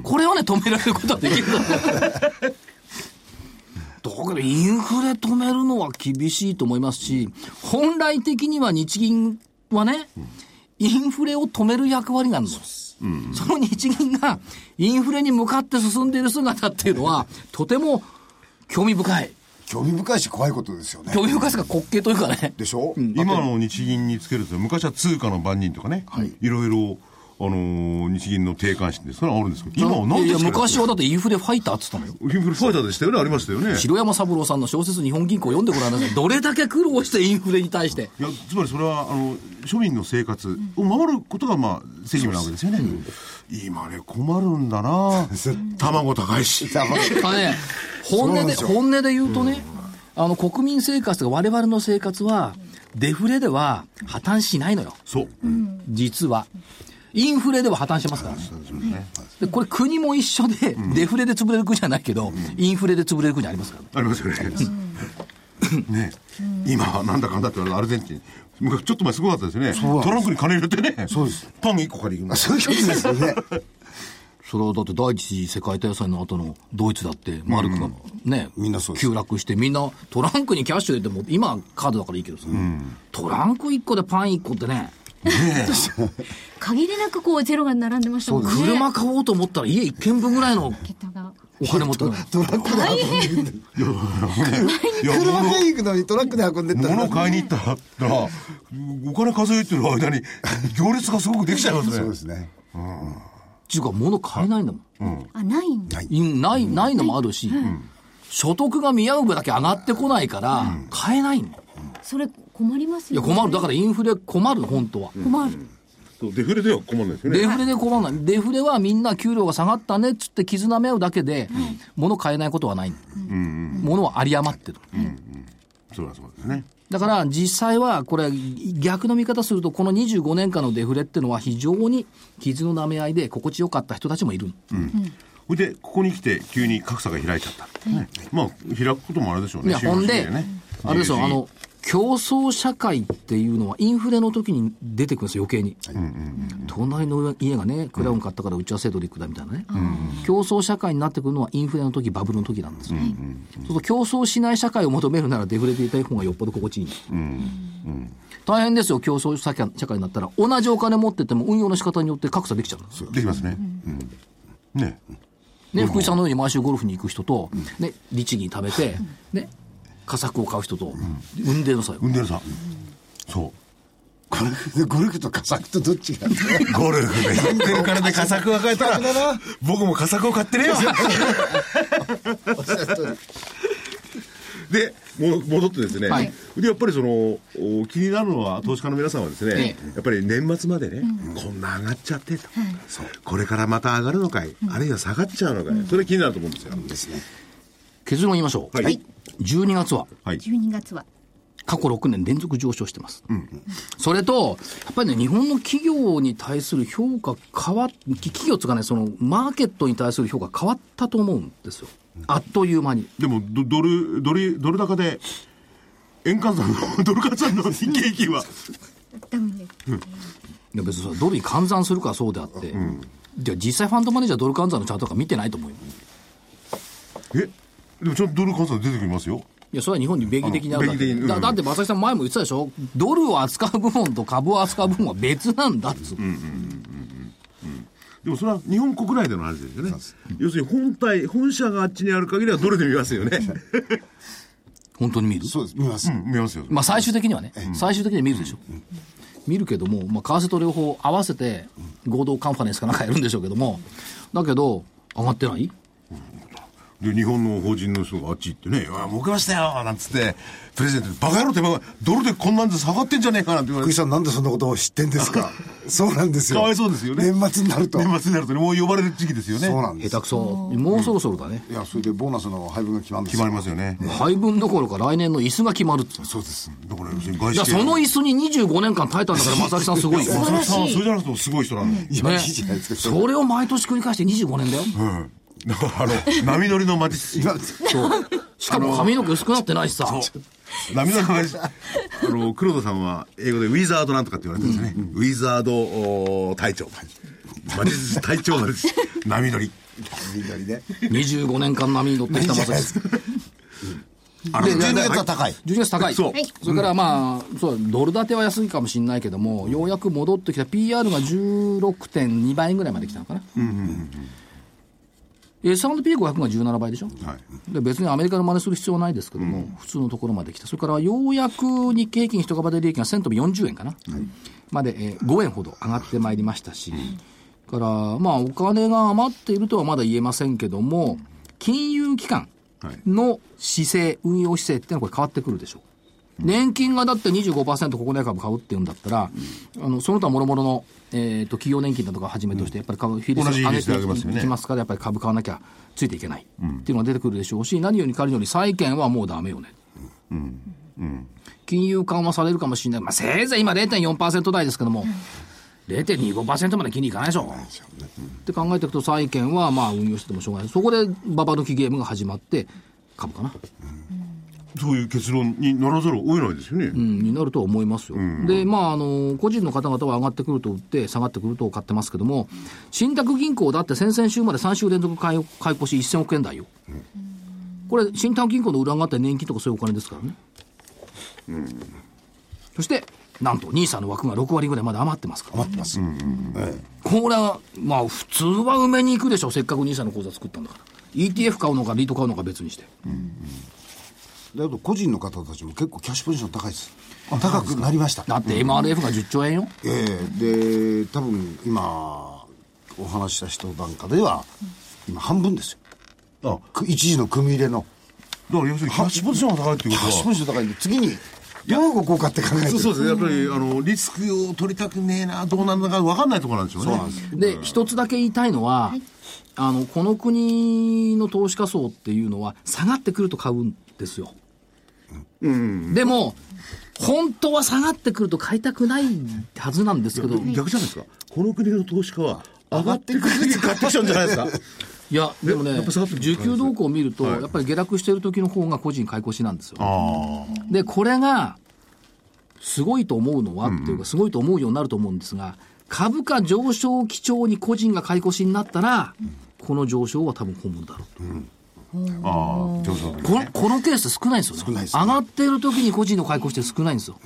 Speaker 1: これはね、止められることはできるん だだからインフレ止めるのは厳しいと思いますし、本来的には日銀はね、インフレを止める役割なんです。その日銀がインフレに向かって進んでいる姿っていうのは、とても興味深い。
Speaker 3: 興味深いし怖いことですよね
Speaker 1: 興味深いですか滑稽というかね。
Speaker 3: でしょ、
Speaker 4: 今の日銀につけると、昔は通貨の番人とかね、い、ろいろ、あのー日銀の定冠詞って、それはあるんですけど、今は何
Speaker 1: い
Speaker 4: で
Speaker 1: や
Speaker 4: すか
Speaker 1: 昔はだってインフレファイターって言ったのよ。
Speaker 4: インフルファイターでしたよね、ありましたよね。
Speaker 1: 白山三郎さんの小説日本銀行読んでごらんなさい。どれだけ苦労してインフレに対して。
Speaker 4: いやつまりそれはあの庶民の生活を守ることが、まあ、責務なわけですよね、今ね困るんだな卵高いし
Speaker 3: さあ
Speaker 1: あのね、本音で、
Speaker 3: そう
Speaker 1: 本音で言うとね、あの、国民生活とか我々の生活は、デフレでは破綻しないのよ。
Speaker 4: そう、
Speaker 1: 実は。インフレでは破綻しますからね。で、これ国も一緒で、デフレで潰れる国じゃないけど、インフレで潰れる国ありますからね。
Speaker 4: ありますよね。ね今、なんだかんだって言われるアルゼンチン。昔ちょっと前すごかったですよね。トランクに金入れてね。そうです。パン1個借りるの。
Speaker 3: そういうことですよね
Speaker 1: それはだって第一次世界大戦の後のドイツだってマルクがね、
Speaker 3: みんなそうです
Speaker 1: 急落してみんなトランクにキャッシュ入れても今はカードだからいいけどさ、トランク1個でパン1個ってね
Speaker 5: 限りなくこうゼロが並んでましたもんね。
Speaker 1: 車買おうと思ったら家1軒分ぐらいの
Speaker 5: 桁が。
Speaker 1: お金持ってない
Speaker 3: トラックで運んで
Speaker 4: いや、
Speaker 3: 車
Speaker 4: 物
Speaker 3: で行くのにトラックで運んでった
Speaker 4: 物を
Speaker 3: ら
Speaker 4: 買いに行ったら、お金数えてる間に、行列がすごくできちゃいます
Speaker 3: そう
Speaker 4: ね
Speaker 3: で。すね
Speaker 1: っていうか物買えないんだもん、
Speaker 5: あ、ないんだ。
Speaker 1: いないないのもあるし、所得が見合う分だけ上がってこないから買えないの、
Speaker 5: それ困ります
Speaker 1: いや
Speaker 5: よ、ね。
Speaker 1: 困るだからインフレ困る本当は、
Speaker 5: 困る。
Speaker 4: そうデフレでは困るんですよ
Speaker 1: デ。フレで困らない。デフレはみんな給料が下がったねっつって絆め合うだけで、物買えないことはない。物は有り余ってる。
Speaker 4: そうだそうですね。
Speaker 1: だから実際はこれ逆の見方するとこの25年間のデフレってのは非常に傷の舐め合いで心地よかった人たちもいる。
Speaker 4: ほいで、ここに来て、急に格差が開いちゃった。ねまあ、開くこともあれでしょう
Speaker 1: い
Speaker 4: ね。
Speaker 1: やほんで、あれですよ、あの、競争社会っていうのはインフレの時に出てくるんですよ、余計に。隣の家がね、クラウン買ったからうちはセドリックだみたいなね。競争社会になってくるのはインフレの時、バブルの時なんですよ。そうすると競争しない社会を求めるならデフレでいた方がよっぽど心地いいんです。大変ですよ、競争社会社会になったら。同じお金持ってても運用の仕方によって格差できちゃうんです。
Speaker 4: できますね。うんね。
Speaker 1: ね、福井さんのように毎週ゴルフに行く人と、ね、律儀に食べて、 ね、佳作を買う人と、運泥の作
Speaker 4: ウ
Speaker 1: 用。
Speaker 4: ンデルさん。そ
Speaker 3: ゴルフゴルフと佳作とどっちが
Speaker 4: う。ゴルフでやってる からで佳作が買えたら、僕も佳作を買ってね えよ。で、もう戻ってですね、
Speaker 1: はい
Speaker 4: でやっぱりそのお気になるのは、投資家の皆さんはですね、やっぱり年末までね、こんな上がっちゃってと、そうこれからまた上がるのかい、あるいは下がっちゃうのかい、それ気になると思うんですよ。
Speaker 1: 結論言いましょう。
Speaker 4: はい
Speaker 1: 12月は、
Speaker 4: はい、
Speaker 2: 12月は。
Speaker 1: 過去6年連続上昇してます。それと、やっぱりね、日本の企業に対する評価変わっ、き企業つかね、その、マーケットに対する評価変わったと思うんですよ。あっという間に。
Speaker 4: でもドドルドルドル高で円換算の ドル換算の日経平均は
Speaker 5: ダメです。
Speaker 1: いや別にさ、ドルに換算するからそうであって、じゃあ実際ファンドマネージャードル換算のチャートとか見てないと思うよ。
Speaker 4: えでもちょっとドル換算出てきますよ
Speaker 1: いや、それは日本に米義的にあるだけ
Speaker 4: あの米義的にうん
Speaker 1: だだって、正木さん前も言ってたでしょドルを扱う部門と株を扱う部門は別なんだっつう
Speaker 4: でもそれは日本国内での話ですよね要するに本体本社があっちにある限りはドルで見ますよね、
Speaker 1: 本当に見る
Speaker 3: そうです見ます、
Speaker 4: うん、見ますよ
Speaker 1: まあ最終的にはね、最終的には見るでしょ。見るけども、まあ為替と両方合わせて合同カンファレンスかなんかやるんでしょうけども、だけど、上がってない
Speaker 4: で日本の法人の人があっち行ってね「あ儲けましたよ」なんつってプレゼントで「バカ野郎ってバカドルでこんなんで下がってんじゃねえか」なんて言われ
Speaker 3: 福井
Speaker 4: て
Speaker 3: さんなんでそんなことを知ってんですかそうなんですよ
Speaker 4: かわいそうですよね
Speaker 3: 年末になると
Speaker 4: 年末になるとねもう呼ばれる時期ですよね
Speaker 3: そうなんです
Speaker 1: 下手くそ。もうそろそろだね。
Speaker 3: いやそれでボーナスの配分が決まるんです
Speaker 4: 決
Speaker 3: よ
Speaker 4: まりますよね
Speaker 1: 配分どころか来年の椅子が決まるっつう
Speaker 4: そうですだから要するに外資
Speaker 1: じゃあ
Speaker 4: 系
Speaker 1: その椅子に25年間耐えたんだから、正木さんすごい よ。
Speaker 4: 松本さんはそれじゃなくてもすごい人なんで
Speaker 3: いやいい
Speaker 1: ね
Speaker 3: じゃないですか
Speaker 1: それを毎年繰り返して25年だよ。
Speaker 4: うん。だからあの、波乗りの街す
Speaker 3: 今
Speaker 1: しかも髪の毛薄くなってないしさ。
Speaker 4: 波乗りの街あの、黒田さんは英語でウィザードなんとかって言われてるんですね。ウィザードおー隊長。 街す隊長なんです。波乗り。
Speaker 3: みんなにね
Speaker 1: 25年間波に乗ってきたまさき
Speaker 4: あ
Speaker 1: でで
Speaker 3: 12月は高い
Speaker 1: 12月高い。
Speaker 4: そう
Speaker 1: それからまあ、そう、ドル建ては安いかもしれないけども、ようやく戻ってきた PR が16.2倍ぐらいまで来たのかな。S&P500 が17倍でしょ、
Speaker 4: はい
Speaker 1: で別にアメリカの真似する必要はないですけども、普通のところまで来た、それからようやく日経平均一株で利益が1000飛び40円かな、まで、えー5円ほど上がってまいりましたし、からまあお金が余っているとはまだ言えませんけども、金融機関の姿勢、運用姿勢ってのはこれ変わってくるでしょう。年金がだって25%国内株買うっていうんだったら、あのその他もろもろの、えー、と企業年金だとかはじめとして、やっぱり株、比率
Speaker 4: 同じ比
Speaker 1: 上げ
Speaker 4: 率で
Speaker 1: て
Speaker 4: 上げますよね
Speaker 1: いきますから、やっぱり株買わなきゃついていけないっていうのが出てくるでしょうし、何より彼より債券はもうだめよね。金融緩和されるかもしれない、まあ、せいぜい今0.4%台ですけども、0.25%まで金利いかないでしょ。って考えていくと、債券はまあ運用しててもしょうがない、そこでババ抜きゲームが始まって、株かな。
Speaker 4: そういう結論にならざるを得ないですよね。
Speaker 1: うん、になるとは思いますよ、で、まああの、個人の方々は上がってくると売って、下がってくると買ってますけども、信託銀行だって先々週まで3週連続買い買い越し1000億円台よ、これ、信託銀行の裏側って年金とかそういうお金ですからね。そしてなんと NISA の枠が6割ぐらいまだ余ってますから、
Speaker 3: 余ってます、え
Speaker 1: これは、まあ、普通は埋めに行くでしょ、せっかく NISA の口座作ったんだから、ETF 買うのか、リート買うのか別にして。
Speaker 3: えであと個人の方たちも結構キャッシュポジション高いです高くなりました
Speaker 1: だって MRF が10兆円よ、
Speaker 3: ええで多分今お話しした人なんかでは今半分ですよ
Speaker 4: あ、だか
Speaker 3: く一時の組み入れの
Speaker 4: ら要するにキャッシュポジションが高いってい
Speaker 3: キ
Speaker 4: う
Speaker 3: ャ
Speaker 4: こ
Speaker 3: ッ
Speaker 4: とは
Speaker 3: シュポジション高いんで次にどう動こうかって考えて
Speaker 4: そう
Speaker 3: る
Speaker 4: そうですね。やっぱり、あの、リスクを取りたくねえな、どうなるのか分かんないところなんでしょうね。そうなんです。
Speaker 1: で、一つだけ言いたいのは、あの、この国の投資家層っていうのは、下がってくると買うんですよ。でも、本当は下がってくると買いたくないはずなんですけど、い
Speaker 4: 逆じゃないですか。この国の投資家は、上がってくる時に買ってきちゃうんじゃないですか。
Speaker 1: や、でもね、
Speaker 4: やっぱ下がってくる
Speaker 1: 需給動向を見ると、やっぱり下落してる時の方が個人買い越しなんですよ。
Speaker 4: ああ。
Speaker 1: で、これが、すごいと思うのはっていうか、すごいと思うようになると思うんですが、株価上昇基調に個人が買い越しになったら、この上昇は多分本物だろうと。
Speaker 4: ああ、上手だ
Speaker 1: このこのケース少ないですよね。
Speaker 3: 少ないですね
Speaker 1: 上がってる時に個人の買い越しって少ないんですよ。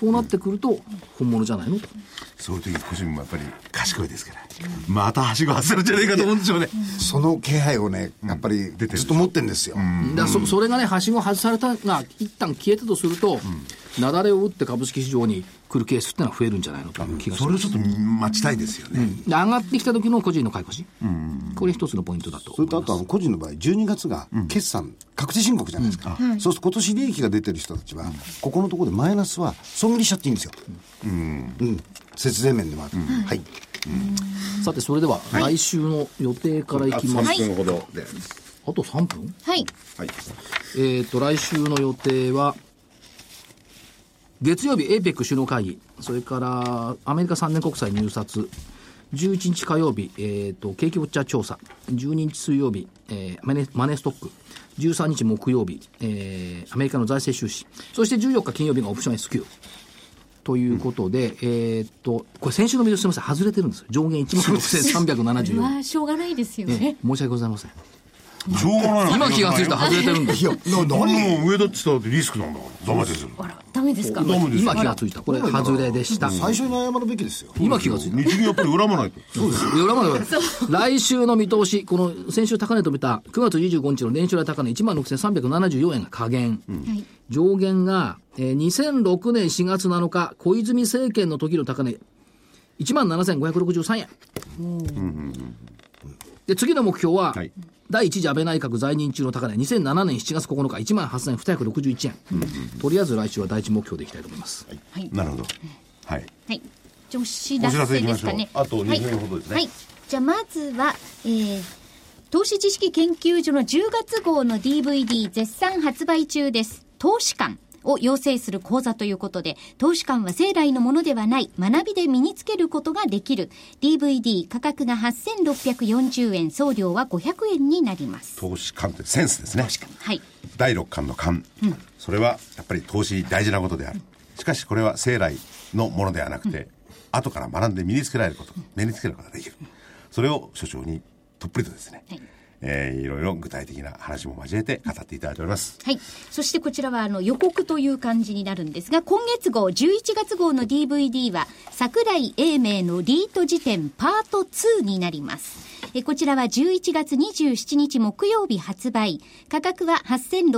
Speaker 1: そうなってくると、本物じゃないのと。
Speaker 4: そういう時、個人もやっぱり賢いですから。またはしご外せるんじゃないかと思うんでしょうね。
Speaker 3: その気配をね、やっぱり
Speaker 4: 出てる
Speaker 3: ずっと持ってんですよ。
Speaker 1: だそそれがね、はしご外されたが、一旦消えたとすると、雪崩を打って株式市場に来るケースってのは増えるんじゃないのという気がし
Speaker 4: そ
Speaker 1: ま
Speaker 4: れ
Speaker 1: す。
Speaker 4: をちょっと待ちたいですよね。
Speaker 1: で上がってきた時の個人の買い越し、これ一つのポイントだと
Speaker 3: そ
Speaker 1: 思
Speaker 3: れ
Speaker 1: い
Speaker 3: とあ
Speaker 1: ま
Speaker 3: と
Speaker 1: す
Speaker 3: は個人の場合、12月が決算、確定申告じゃないですか、そうすると今年利益が出てる人たちは、ここのところでマイナスは損切りしちゃっていいんですよ、うん、節税面でもある、はい、
Speaker 1: さてそれでは来週の予定からいきます、
Speaker 2: はい
Speaker 6: 分ほどで。
Speaker 1: あと3分
Speaker 2: はい。
Speaker 6: はい。
Speaker 1: えっ、と来週の予定は月曜日 APEC 首脳会議それからアメリカ3年国債入札11日火曜日、えー、と景気ウォッチャー調査12日水曜日、えーマネマネーストック13日木曜日、えーアメリカの財政収支そして14日金曜日がオプション S q ということで、えーっと、これ先週のビデオすみません、外れてるんですよ。上限16,374
Speaker 5: うわしょうがないですよ
Speaker 1: ええ
Speaker 5: ね。
Speaker 1: 申し訳ございません。
Speaker 4: しょうがない。
Speaker 1: 今気がついた
Speaker 4: は
Speaker 1: 外れてるんです。
Speaker 3: いや、な、何
Speaker 4: もう上だって言ったらリスクなんだから。黙ってする。
Speaker 5: あら、ダメですか。
Speaker 4: ダメです
Speaker 1: 今気がついた。これ外れでした。
Speaker 3: 最初に謝るべきですよ。
Speaker 1: 今気がついた。
Speaker 4: 日銀やっぱり恨まないと。
Speaker 1: そうです。来週の見通し、この先週高値と見た9月25日の年初来高値16,374円が下限。
Speaker 2: はい。
Speaker 1: 上限が、えー2006年4月7日、小泉政権の時の高値、17,563円。で、次の目標は、
Speaker 4: はい
Speaker 1: 第1次安倍内閣在任中の高値、2007年7月9日、18,261円。とりあえず来週は第一目標でいきたいと思います。
Speaker 4: なるほど。はい。
Speaker 2: はい。女子学生ですかね。
Speaker 4: お知らせいきましょうあと二分ほどですね
Speaker 2: はい。はいじゃあまずは、えー投資知識研究所の10月号の DVD 絶賛発売中です。投資観を養成する講座ということで、投資観は生来のものではない、学びで身につけることができる。DVD 価格が8640円、送料は500円になります。
Speaker 4: 投資観ってセンスですね。
Speaker 2: はい。
Speaker 4: 第六巻の巻、それはやっぱり投資に大事なことである、しかしこれは生来のものではなくて、後から学んで身につけられること身につけることができるそれを所長にとっぷりとですね、
Speaker 2: はい
Speaker 4: いえーいろいろ具体的な話も交えて語っていただいております
Speaker 2: はい。そしてこちらはあの予告という感じになるんですが、今月号、11月号の DVD は、桜井英明のリート辞典パート2になります。えこちらは11月27日木曜日発売。価格は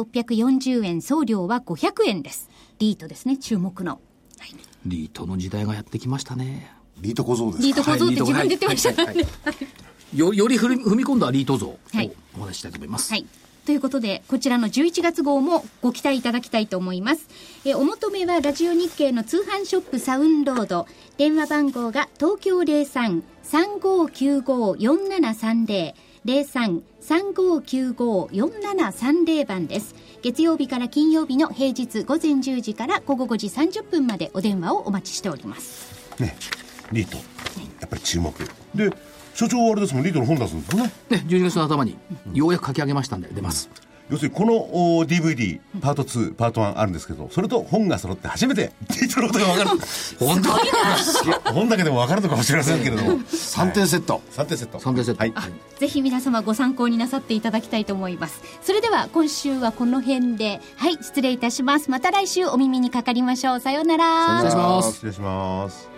Speaker 2: 8640円、送料は500円です。リートですね、注目の。はい、
Speaker 1: リートの時代がやってきましたね。
Speaker 3: リート小僧です
Speaker 2: リー
Speaker 3: か。
Speaker 2: ト小僧って自分で言ってましたからね。
Speaker 1: よよりふり踏み込んだリート像を
Speaker 2: はい
Speaker 1: お話ししたいと思います。
Speaker 2: はい。ということで、こちらの11月号もご期待いただきたいと思います。え、お求めはラジオ日経の通販ショップサウンロード。電話番号が東京03-3595-4730。03-3595-4730番です。月曜日から金曜日の平日午前10時から午後5時30分までお電話をお待ちしております。
Speaker 4: ねリートやっぱり注目で所長はあれですもんリートの本出すんですもんね
Speaker 1: ね、12月の頭にようやく書き上げましたんで出ます。
Speaker 4: 要するにこのお DVD パート2パート1あるんですけどそれと本が揃って初めて リートのことが分かる
Speaker 1: 本当
Speaker 4: いや本だけでも分かるのかもしれませんけれ ども
Speaker 3: 3点セット。
Speaker 4: 3点セット
Speaker 1: 三点セット
Speaker 4: はい
Speaker 2: ぜひ皆様ご参考になさっていただきたいと思います。それでは今週はこの辺で、はい、失礼いたします。また来週お耳にかかりましょう。さようなら。
Speaker 1: 失礼します。
Speaker 4: 失礼します。